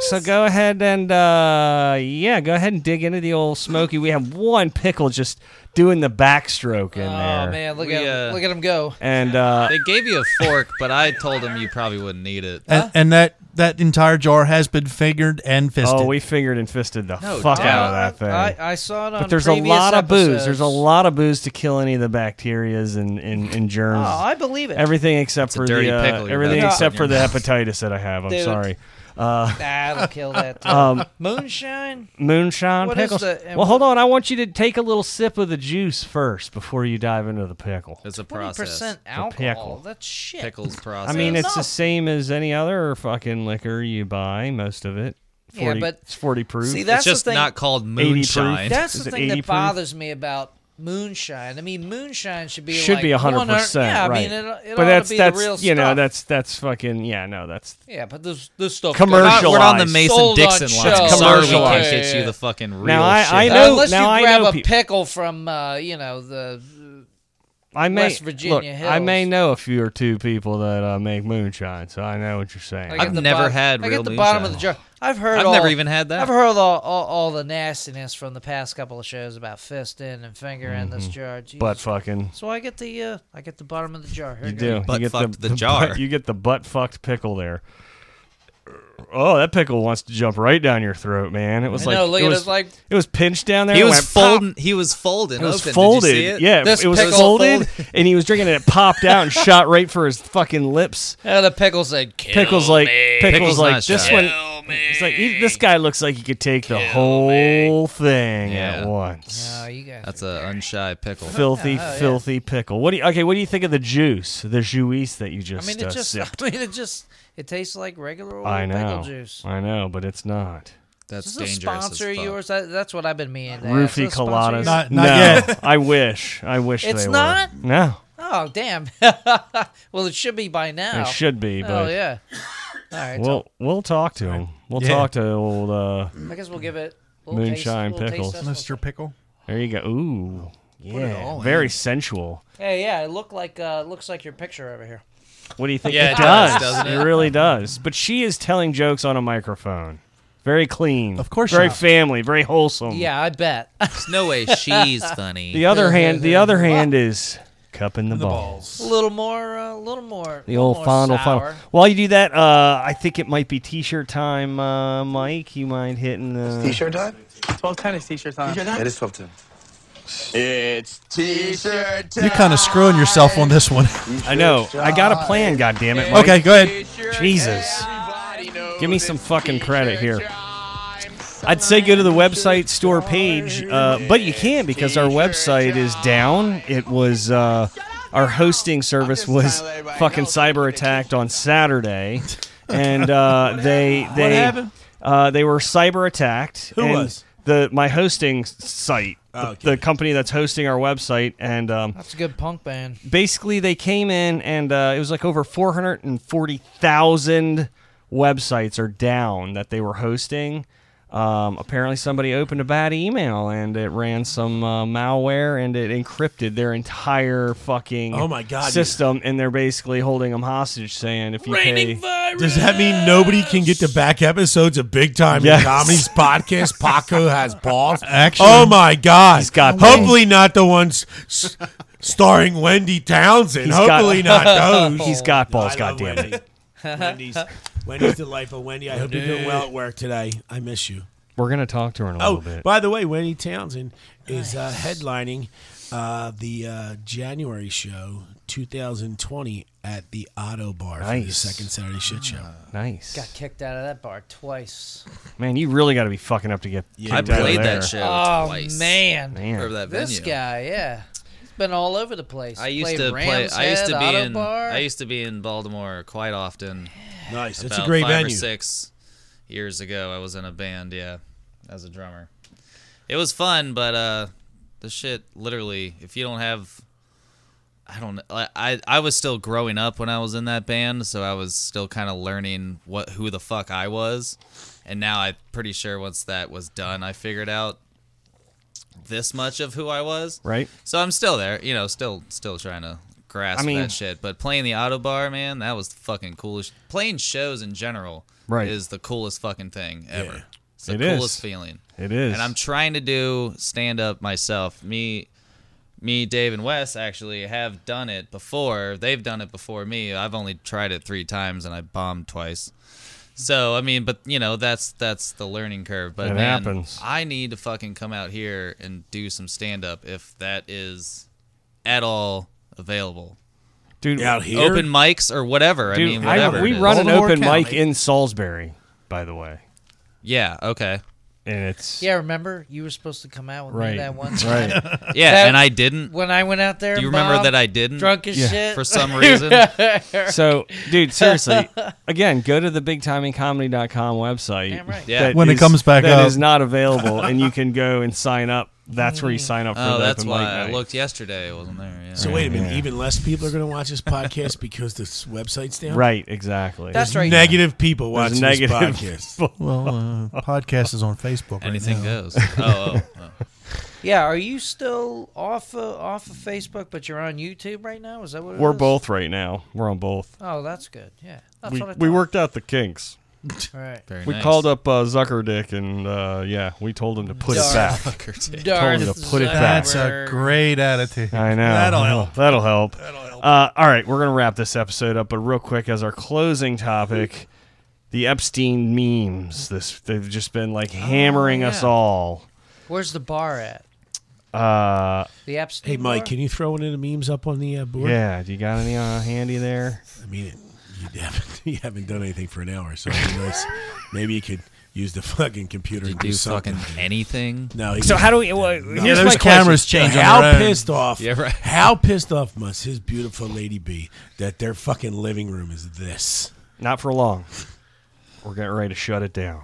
so go ahead and uh, yeah, go ahead and dig into the old smoky. We have one pickle just doing the backstroke in there,
Oh man, look
We,
at him,
uh,
look at him go.
and uh,
They gave you a fork, but I told them you probably wouldn't need it.
And, and that that entire jar has been fingered and fisted.
oh, we figured and fisted the
No
fuck out of
Uh,
that thing.
I, I saw it on.
But there's a
previous
lot of booze. There's
episodes.
a lot of booze to kill any of the bacterias and, and, and germs.
Oh, I believe it.
everything except
It's a
for
dirty
the uh,
pickle you're
everything
about to
except
put
for
in
the
your
hepatitis that I have. I'm
Dude.
sorry.
That'll kill that. too.
Um,
Moonshine.
Moonshine
What is
pickles.
the- and
well, hold on. I want you to take a little sip of the juice first before you dive into the pickle.
It's a
Twenty
process.
percent alcohol.
pickle.
That's shit.
Pickles
I
process.
mean, it's the
enough.
same as any other fucking liquor you buy. Most of it. 40,
Yeah, but-
it's forty proof.
See,
It's
that's
just
the thing.
not called
80 proof.
moonshine.
That's
Is
the
it
thing
80
that
proof?
bothers me about moonshine. I mean, moonshine should be
should
like
be a hundred
100
percent.
Yeah, I
right.
mean, it, it
but
ought
that's
to be
that's
the real
you know
stuff.
that's that's fucking yeah no that's
yeah, but this this stuff
We're not-
commercial.
We're on the
Commercialized.
Mason
Sold
Dixon
on
line.
shelves.
Sorry, we can't
Commercialized.
get
Yeah,
you
yeah,
the fucking real
Now, I-
shit.
I
Uh,
know-
unless
now I
you grab
know
a
peop-
pickle from uh, you know the
I may
West Virginia
look. I may
Hills.
know a few or two people that uh, make moonshine, so I know what you're saying.
Like
I've
at the
never
bottom-
had
like
real
at the bottom of the
moonshine.
jar. I've heard.
I've
all,
never even had that.
I've heard all, all all the nastiness from the past couple of shows about fisting and finger in this jar. Jesus.
butt fucking.
so I get the uh, I get the bottom of the jar. Here
Mm-hmm. You
goes.
do.
butt
you get
fucked the
butt-
jar.
you get the butt fucked pickle there. Oh, that pickle wants to jump right down your throat, man. It was
I
like
know, look
it
at
was
us like-
it was pinched down there.
he
it
was
went pop.
folding. He was folding.
It was
open.
folded.
Did you see it?
Yeah,
This
it was
pickle-
folded, and he was drinking it. It popped out and shot right for his fucking lips.
Oh, the pickle said, "Kill
Pickles like
me."
pickles
Pickle's
like
not
this
shy.
one. It's like he, this guy looks like he could take the whole thing
Yeah.
at once.
Uh,
Oh, you guys.
That's a unshy pickle.
Oh,
Filthy, filthy pickle. What do you, okay? What do you think of the juice, the juice that you
I
just,
mean, it
uh,
just.
sipped?
I mean, it just. It tastes like regular old
I know,
pickle juice.
I know, but it's not.
That's
Is this a
dangerous.
sponsor
as
of
fuck.
yours? That, that's what I've been meaning. to ask.
Roofie
Is this a sponsor
coladas.
of
Not- not
yours?
no,
yet.
I wish. I wish
It's
they
not?
were. No,
Oh damn! well, it should be by now.
it should be,
Oh
but
yeah. All right.
we'll we'll talk to him. We'll
Yeah.
talk to old. Uh,
so I guess we'll give it. We'll
Moonshine
taste, we'll
pickles.
Taste this one.
Mr. Pickle.
there you go. Ooh, yeah,
all
very sensual.
Hey, yeah, it look like uh, looks like your picture over here.
What do you think?
Yeah,
it
it does,
does.
doesn't
it?
it?
really does. But she is telling jokes on a microphone. Very clean.
Of course
Very
not.
family. Very wholesome.
Yeah, I bet. a
There's no way she's funny.
The other hand, the other hand is cupping the, balls.
little more, uh, a little more.
The old fondle fondle. While you do that, uh, I think it might be t-shirt time, uh, Mike. You mind hitting the t-shirt?
You're kind of screwing yourself on this one.
I know. I got a plan. God damn it, Mike.
okay, go ahead.
Jesus. Give me some fucking credit here. I'd say go to the website store page, uh, but you can't because our website is down. It was uh, our hosting service was fucking cyber attacked on Saturday, and uh, they they
happened?
Uh, they were cyber attacked.
Who
and
was?
the my hosting s- site? the-
Okay.
The company that's hosting our website, and um,
That's a good punk band.
basically they came in and uh, it was like over 440,000 websites are down that they were hosting. Um, apparently somebody opened a bad email and it ran some uh, malware and it encrypted their entire fucking
Oh my God.
system and they're basically holding them hostage saying if you pay
Does that mean nobody can get the back episodes of Big Time
Yes.
Comedies podcast? Paco has balls.
Actually-
oh my God!
He's got
Hopefully not the ones s- starring Wendy Townsend.
He's got-
Hopefully not those.
he's got balls
I love
goddamn it
Wendy. Wendy's, Wendy's delightful. Wendy, I hope you're doing well at work today. I miss you.
we're gonna talk to her in a
Oh,
little bit
by the way, Wendy Townsend is uh, headlining uh, the uh, January show 2020 at the Auto Bar for the
Nice. Ah.
second Saturday shit show.
Got
nice
kicked out of that bar twice.
man you really gotta be fucking up to get
I
kicked out of
played
there.
that show
Oh
twice.
man,
man
Or that
this
venue.
guy, yeah, he's been all over the place.
I used
Played
to play.
Ram's
I used to
Head,
be
Auto
in.
Bar.
I used to be in Baltimore quite often.
Nice. It's
About
a great
five
venue.
or six years ago, I was in a band. Yeah, as a drummer, it was fun. But uh, the shit, literally, if you don't have, I don't. I I, I was still growing up when I was in that band, so I was still kind of learning what who the fuck I was. And now I'm pretty sure once that was done, I figured out this much of who I was.
right
So I'm still there, you know, still still trying to grasp
I mean-
that shit. But playing the auto bar, man, that was the fucking coolest. Playing shows in general
Right.
is the coolest fucking thing ever.
Yeah.
It's the
It is.
coolest feeling.
it is
And I'm trying to do stand up myself. Me me, Dave and Wes actually have done it before. They've done it before me. I've only tried it 3 times and I bombed twice. So, I mean, but you know, that's that's the learning curve, but
It
man,
happens.
I need to fucking come out here and do some stand up if that is at all available.
dude
Out here.
Open mics or whatever. I mean, whatever.
we
it is.
run an
Baltimore
open
County.
mic in Salisbury, by the way,
Yeah, okay.
and it's
yeah, remember you were supposed to come out with
right
me that one time
right.
Yeah,
That-
and I didn't.
when I went out there.
Do you
and
remember
bombed,
that I didn't?
drunk as
Yeah.
shit
for some reason.
So, dude, seriously, again, go to the bigtimingcomedy.com website.
Damn right.
Yeah.
When it
is-
comes back
that
up.
is not available, and you can go and sign up. That's
Mm.
where you sign up for
Oh,
the
that's
open
why
mic
I
night.
looked yesterday. It wasn't there. Yeah.
So wait a minute. Even less people are going to watch this podcast because this website's down.
Right, exactly.
That's right.
Negative people watching
negative
this podcast.
Well, uh, podcast is on Facebook.
anything
right now.
goes. Oh, oh, oh.
Yeah, are you still off of, off of Facebook, but you're on YouTube right now? Is that what it
We're
is?
both right now. We're on both.
Oh, that's good. Yeah, that's
We,
what I
we
thought.
worked out the kinks.
All right.
Very
We
nice.
called up uh, Zuckerdick, and uh, yeah, we told him to put it
Darn.
back.
Darth
to put it back.
That's a
Zuckerberg.
great attitude.
I know.
That'll help.
That'll help. Uh, all right, we're gonna wrap this episode up, but real quick as our closing topic, the Epstein memes. This they've just been like hammering us
yeah.
all.
Where's the bar at?
Uh,
The Epstein.
Hey, Mike,
bar?
can you throw one of the memes up on the uh, board?
yeah. Do you got any uh, handy there?
I mean, it. You haven't, you haven't done anything for an hour, so who knows? maybe you could use the fucking computer
You
and do,
do
something.
fucking anything.
no, he
So
was-
how do we? Well,
Yeah,
here's my
cameras
question.
change. How pissed off?
Yeah, right.
How pissed off must his beautiful lady be that their fucking living room is this?
Not for long. We're getting ready to shut it down.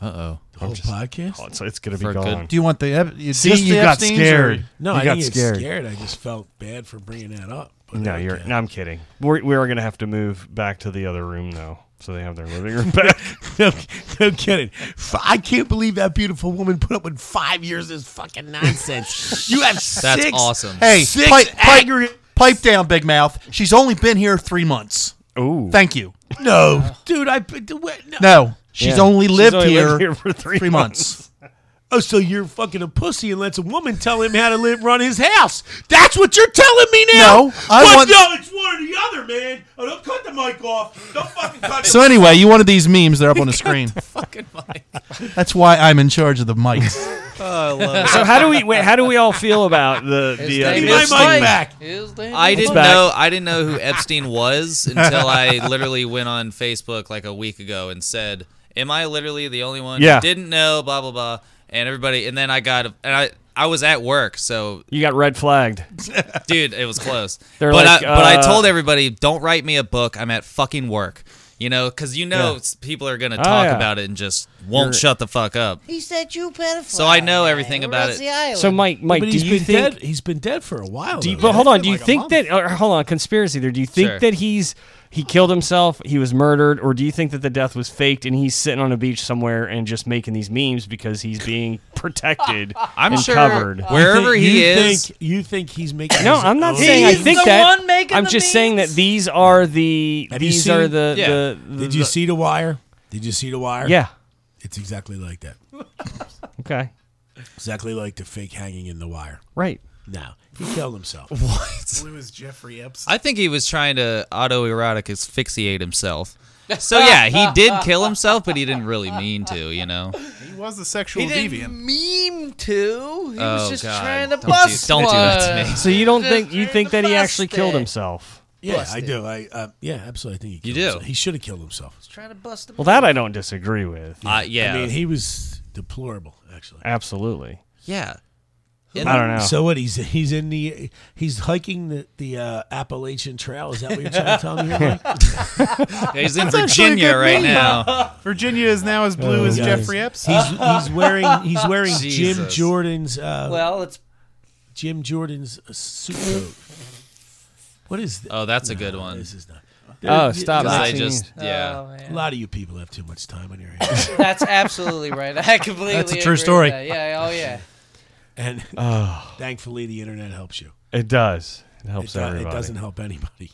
Uh oh.
The whole podcast?
Oh, it's, it's gonna be
For good.
gone.
Do you want the ep-
See,
just
you
the
got
Epstein's
scared.
or-
no,
you
I
got
didn't
scared.
get scared. I just felt bad for bringing that up. but
No,
I
you're.
can't.
No, I'm kidding. We're, we are gonna have to move back to the other room though, so they have their living room back.
no, no kidding. F- I can't believe that beautiful woman put up with five years of this fucking nonsense. you have six.
That's awesome.
Hey,
Six
pipe, pipe,
angry-
pipe down, Big Mouth. She's only been here three months.
Ooh,
Thank you.
No, dude. I but the way- no.
No, she's
Yeah.
only
She's
lived
only
here,
lived here for three
months.
Oh, so you're fucking a pussy and lets a woman tell him how to live, run his house. That's what you're telling me now.
No, I
What?
want-
No, it's one or the other, man. Oh, don't cut the mic off. Don't fucking cut it.
So anyway, you wanted these memes. They're up on the screen. That's why I'm in charge of the mics.
So how do we? Wait, how do we all feel about the the? uh,
Dave
the-
Give me my
It's
mic
like-
back.
I didn't
back.
know I didn't know who Epstein was until I literally went on Facebook like a week ago and said, "Am I literally the only one
Yeah.
who didn't know?" Blah blah blah, and everybody. And then I got and I I was at work, so
you got red flagged.
dude, it was close.
They're
but
like,
I, but I
uh,
told everybody, don't write me a book. I'm at fucking work. You know, because you know
Yeah.
s- people are gonna talk
yeah.
about it and just won't
You're-
shut the fuck up.
He said you pedophile.
So I know everything about it.
So Mike, Mike,
But
do
he's
you
been
think?
dead. He's been dead for a while.
Do you,
though.
but hold on. Do
been
you
like a
think
month.
that? Or hold on, conspiracy there. Do you think
Sure.
that he's he killed himself? He was murdered, or do you think that the death was faked and he's sitting on a beach somewhere and just making these memes because he's being protected
I'm
and
sure uh,
covered?
wherever
You
he
think-
is.
you think he's making?
No,
his
I'm not
own-
saying I
He's
think
the
that.
one making
I'm
the
just saying that
memes?
these are the
Have you
these
seen-
are the,
Yeah.
the, the
Did you see the wire? Did you see the wire?
yeah
It's exactly like that.
okay
Exactly like the fake hanging in the wire.
right
No, he killed himself.
Blue is Jeffrey Epstein.
I think he was trying to autoerotic asphyxiate himself. So yeah, he did kill himself, but he didn't really mean to, you know.
He was a sexual deviant.
meme too. He
Oh,
was just
God.
trying to
Don't do-
bust
don't do that to
one.
me.
so you don't
Just
think you
read
think
the
that he actually
bus
killed
then.
himself
Yeah, I
Busted.
do. I uh, yeah, absolutely. I think he killed
You do.
Himself. He should have killed himself.
Trying to bust him.
well that I don't disagree with
Uh, yeah,
I mean, he was deplorable, actually.
absolutely
yeah. In-
I don't know
So what? He's he's in the he's hiking the the uh, Appalachian Trail. Is that what you're trying to tell me? Here, Mike?
he's in
actually a
Virginia
good
right
movie.
now.
Virginia is now as
Oh,
blue as
guys.
Jeffrey Epstein.
he's he's wearing he's wearing Jim
Jesus.
Jordan's uh,
Well, it's
Jim Jordan's uh, suit coat. What is that?
Oh, that's a good one.
This is not.
oh stop
'Cause
I
they just yeah.
oh,
A
man.
lot of you people have too much time on your hands.
that's absolutely right. I completely.
That's a
agree
true
with
story.
that. Yeah. Oh yeah.
And thankfully, the internet helps you.
It does. It
It,
helps
do- it
everybody.
doesn't help anybody.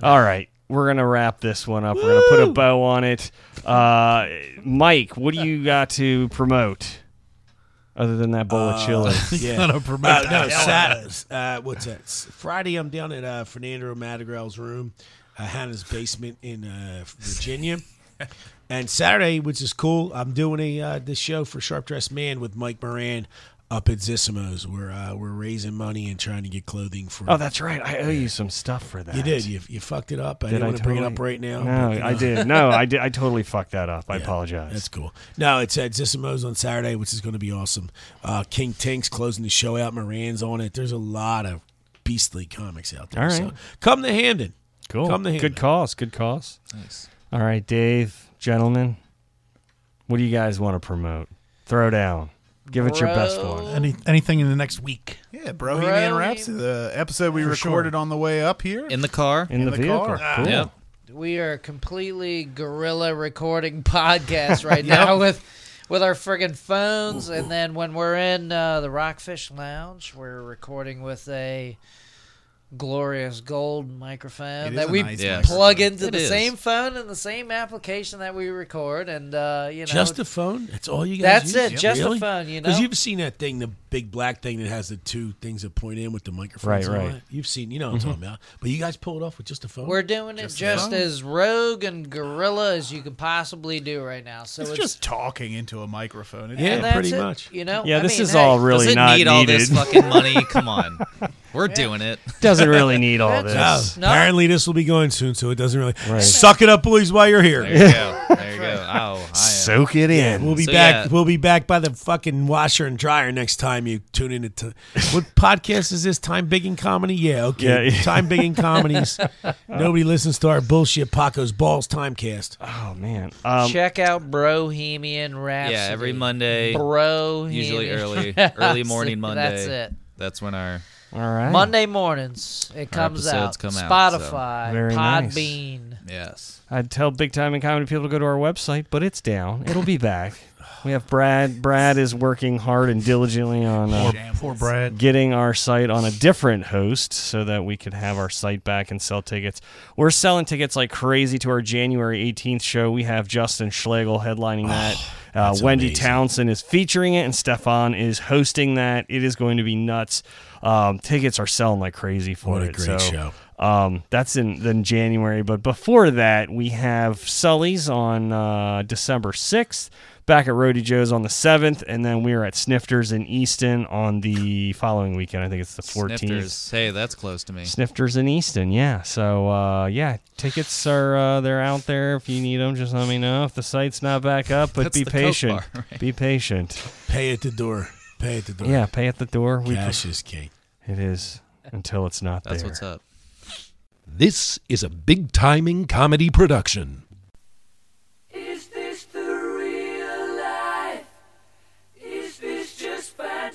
All right. We're going to wrap this one up. We're going to put a bow on it. Uh, Mike, what do you got to promote other than that bowl
Uh,
of chili?
yeah.
Gotta promote
Uh,
the
no, Saturdays. Uh, what's that? S- Friday, I'm down at uh, Fernando Madrigal's room, uh, Hannah's basement in uh, Virginia. and Saturday, which is cool, I'm doing a uh, this show for Sharp Dressed Man with Mike Moran up at Zissimo's. We're uh, we're raising money and trying to get clothing for.
Oh, that's right. I owe you some stuff for that.
you did. You, you fucked it up. I
Did
didn't want to bring it
totally-
up right now. but, uh, you
No, I
know.
did. No, I did. I totally fucked that up. I
That's
apologize.
cool. No, it's at Zissimo's on Saturday, which is going to be awesome. Uh, King Tink's closing the show out. Moran's on it. There's a lot of beastly comics out there.
All right.
So come to Hamden.
Cool.
Come to him.
Good cause. Good cause. All right, Dave, gentlemen, what do you guys want to promote? Throw down. Give it your best
Bro.
one.
Any, anything in the next week?
Yeah, Bohemian Rhapsody, the episode we recorded on the way up here.
In the car.
In, the,
the
vehicle.
car. Ah.
Cool.
Yep.
We are a completely guerrilla recording podcast right now with with our friggin' phones, and then when we're in uh, the Rockfish Lounge, we're recording with a glorious gold microphone
It is
that
a
we
nice
Yeah.
microphone.
plug into
It
the
is.
same phone and the same application that we record, and uh, you know,
Just a phone. That's all you guys.
that's
use?
it, just
Really?
a phone. You know,
Because you've seen that thing, the big black thing that has the two things that point in with the microphone.
Right, right. Mm-hmm.
You've seen, you know what I'm talking about. But you guys pull it off with just a phone.
We're doing it just, as rogue and guerrilla as you can possibly do right now. So
It's
it's,
just talking into a microphone. It's
yeah,
and that's
pretty
it,
much.
You know,
Yeah,
I
this
mean,
is
hey,
all really
Does it
not
need
needed.
all this fucking money? Come on. We're doing it.
Doesn't really need all this.
No.
Oh, Apparently, this will be going soon, so it doesn't really.
Right.
Suck it up, boys, while you're here.
There you go. There you go. Oh, I am.
Soak it in.
We'll be
So,
back.
yeah.
We'll be back by the fucking washer and dryer next time you tune in to. t- what podcast is this? Time bigging comedy? Yeah, okay.
Yeah, yeah.
Time bigging comedies. Nobody listens to our bullshit Paco's balls timecast.
oh man. Um,
Check out Brohemian Rhapsody.
Yeah, every Monday,
Brohemian
usually early,
Rhapsody.
early morning Monday.
That's it.
That's when our
all right.
Monday mornings, it comes out.
episodes come out, so-
Spotify,
Very nice.
Podbean.
yes.
I'd tell big time and comedy people to go to our website, but it's down. It'll be back. We have Brad. Brad is working hard and diligently on uh,
Poor Brad.
getting our site on a different host so that we could have our site back and sell tickets. We're selling tickets like crazy to our January 18th show. We have Justin Schlegel
Oh,
headlining that. Uh, Wendy Townsend is featuring it, and Stefan is hosting that. It is going to be nuts. Um, tickets are selling like crazy for
What a
it.
great
so,
show.
um, that's in then January, but before that, we have Sully's on uh, December sixth, back at Roadie Joe's on the seventh, and then we are at Snifters in Easton on the following weekend. I think it's the fourteenth.
Snifters. Hey, that's close to me.
Snifters in Easton, yeah. So uh, yeah, tickets are uh, they're out there. If you need them, just let me know. If the site's not back up, but
That's
be
the Coke
patient.
bar, right?
Be patient.
Pay at the door. Pay at the door.
Yeah, pay at the door. We
Cash is king.
it is until it's not
That's
there.
what's up.
This is a big timing comedy production.
Is this the real life? Is this just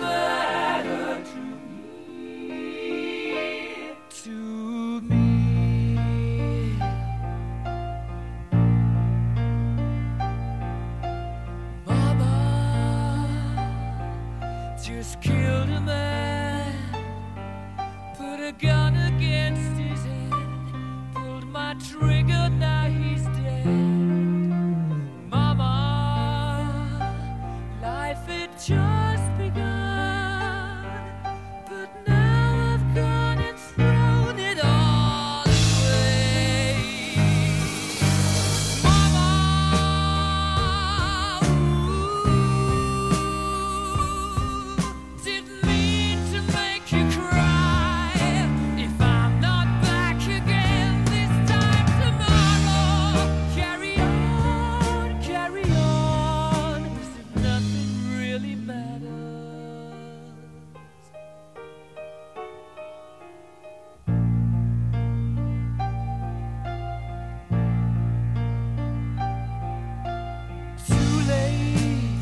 matter to me. To me. Mama just killed a man, put a gun against his head, pulled my trigger, now he's dead. Mama, life had just begun, but now I've gone and thrown it all away. Mama, ooh, didn't mean to make you cry. If I'm not back again this time tomorrow, carry on, carry on, as if nothing really matters. Too late,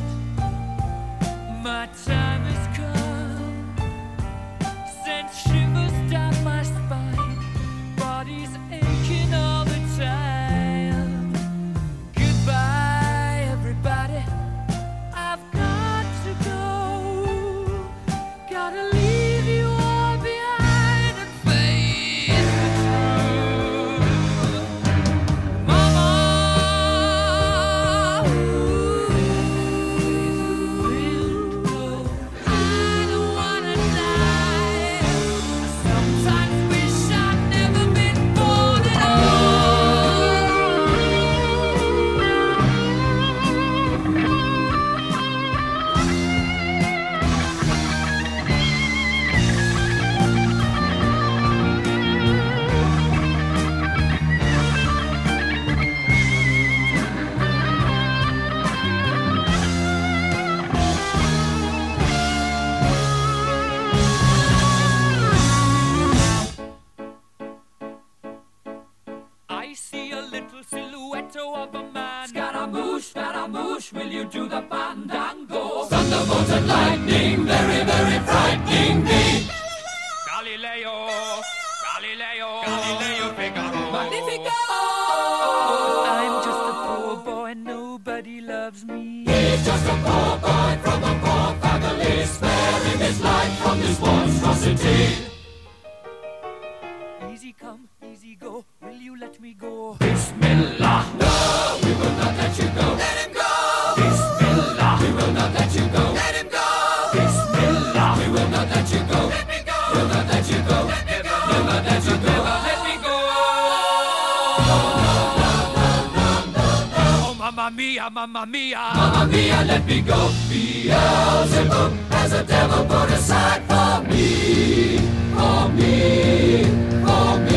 my time has come. Sent shivers down my spine, body's aching all the time. Goodbye, everybody. I've got to go. Gotta leave you all behind and face the truth. Mama, I don't wanna die. Sometimes wish I'd never been born at all. I see a little silhouette of a man. Scaramouche, Scaramouche, will you do the fandango? Thunderbolt and lightning, very, very frightening me. Galileo, Galileo, Galileo Figaro. Magnifico! I'm just a poor boy, no you let me go? Oh, mamma mia, mamma mia. Mamma mia, let me go. Beelzebub has a devil put aside for me. For me. For me.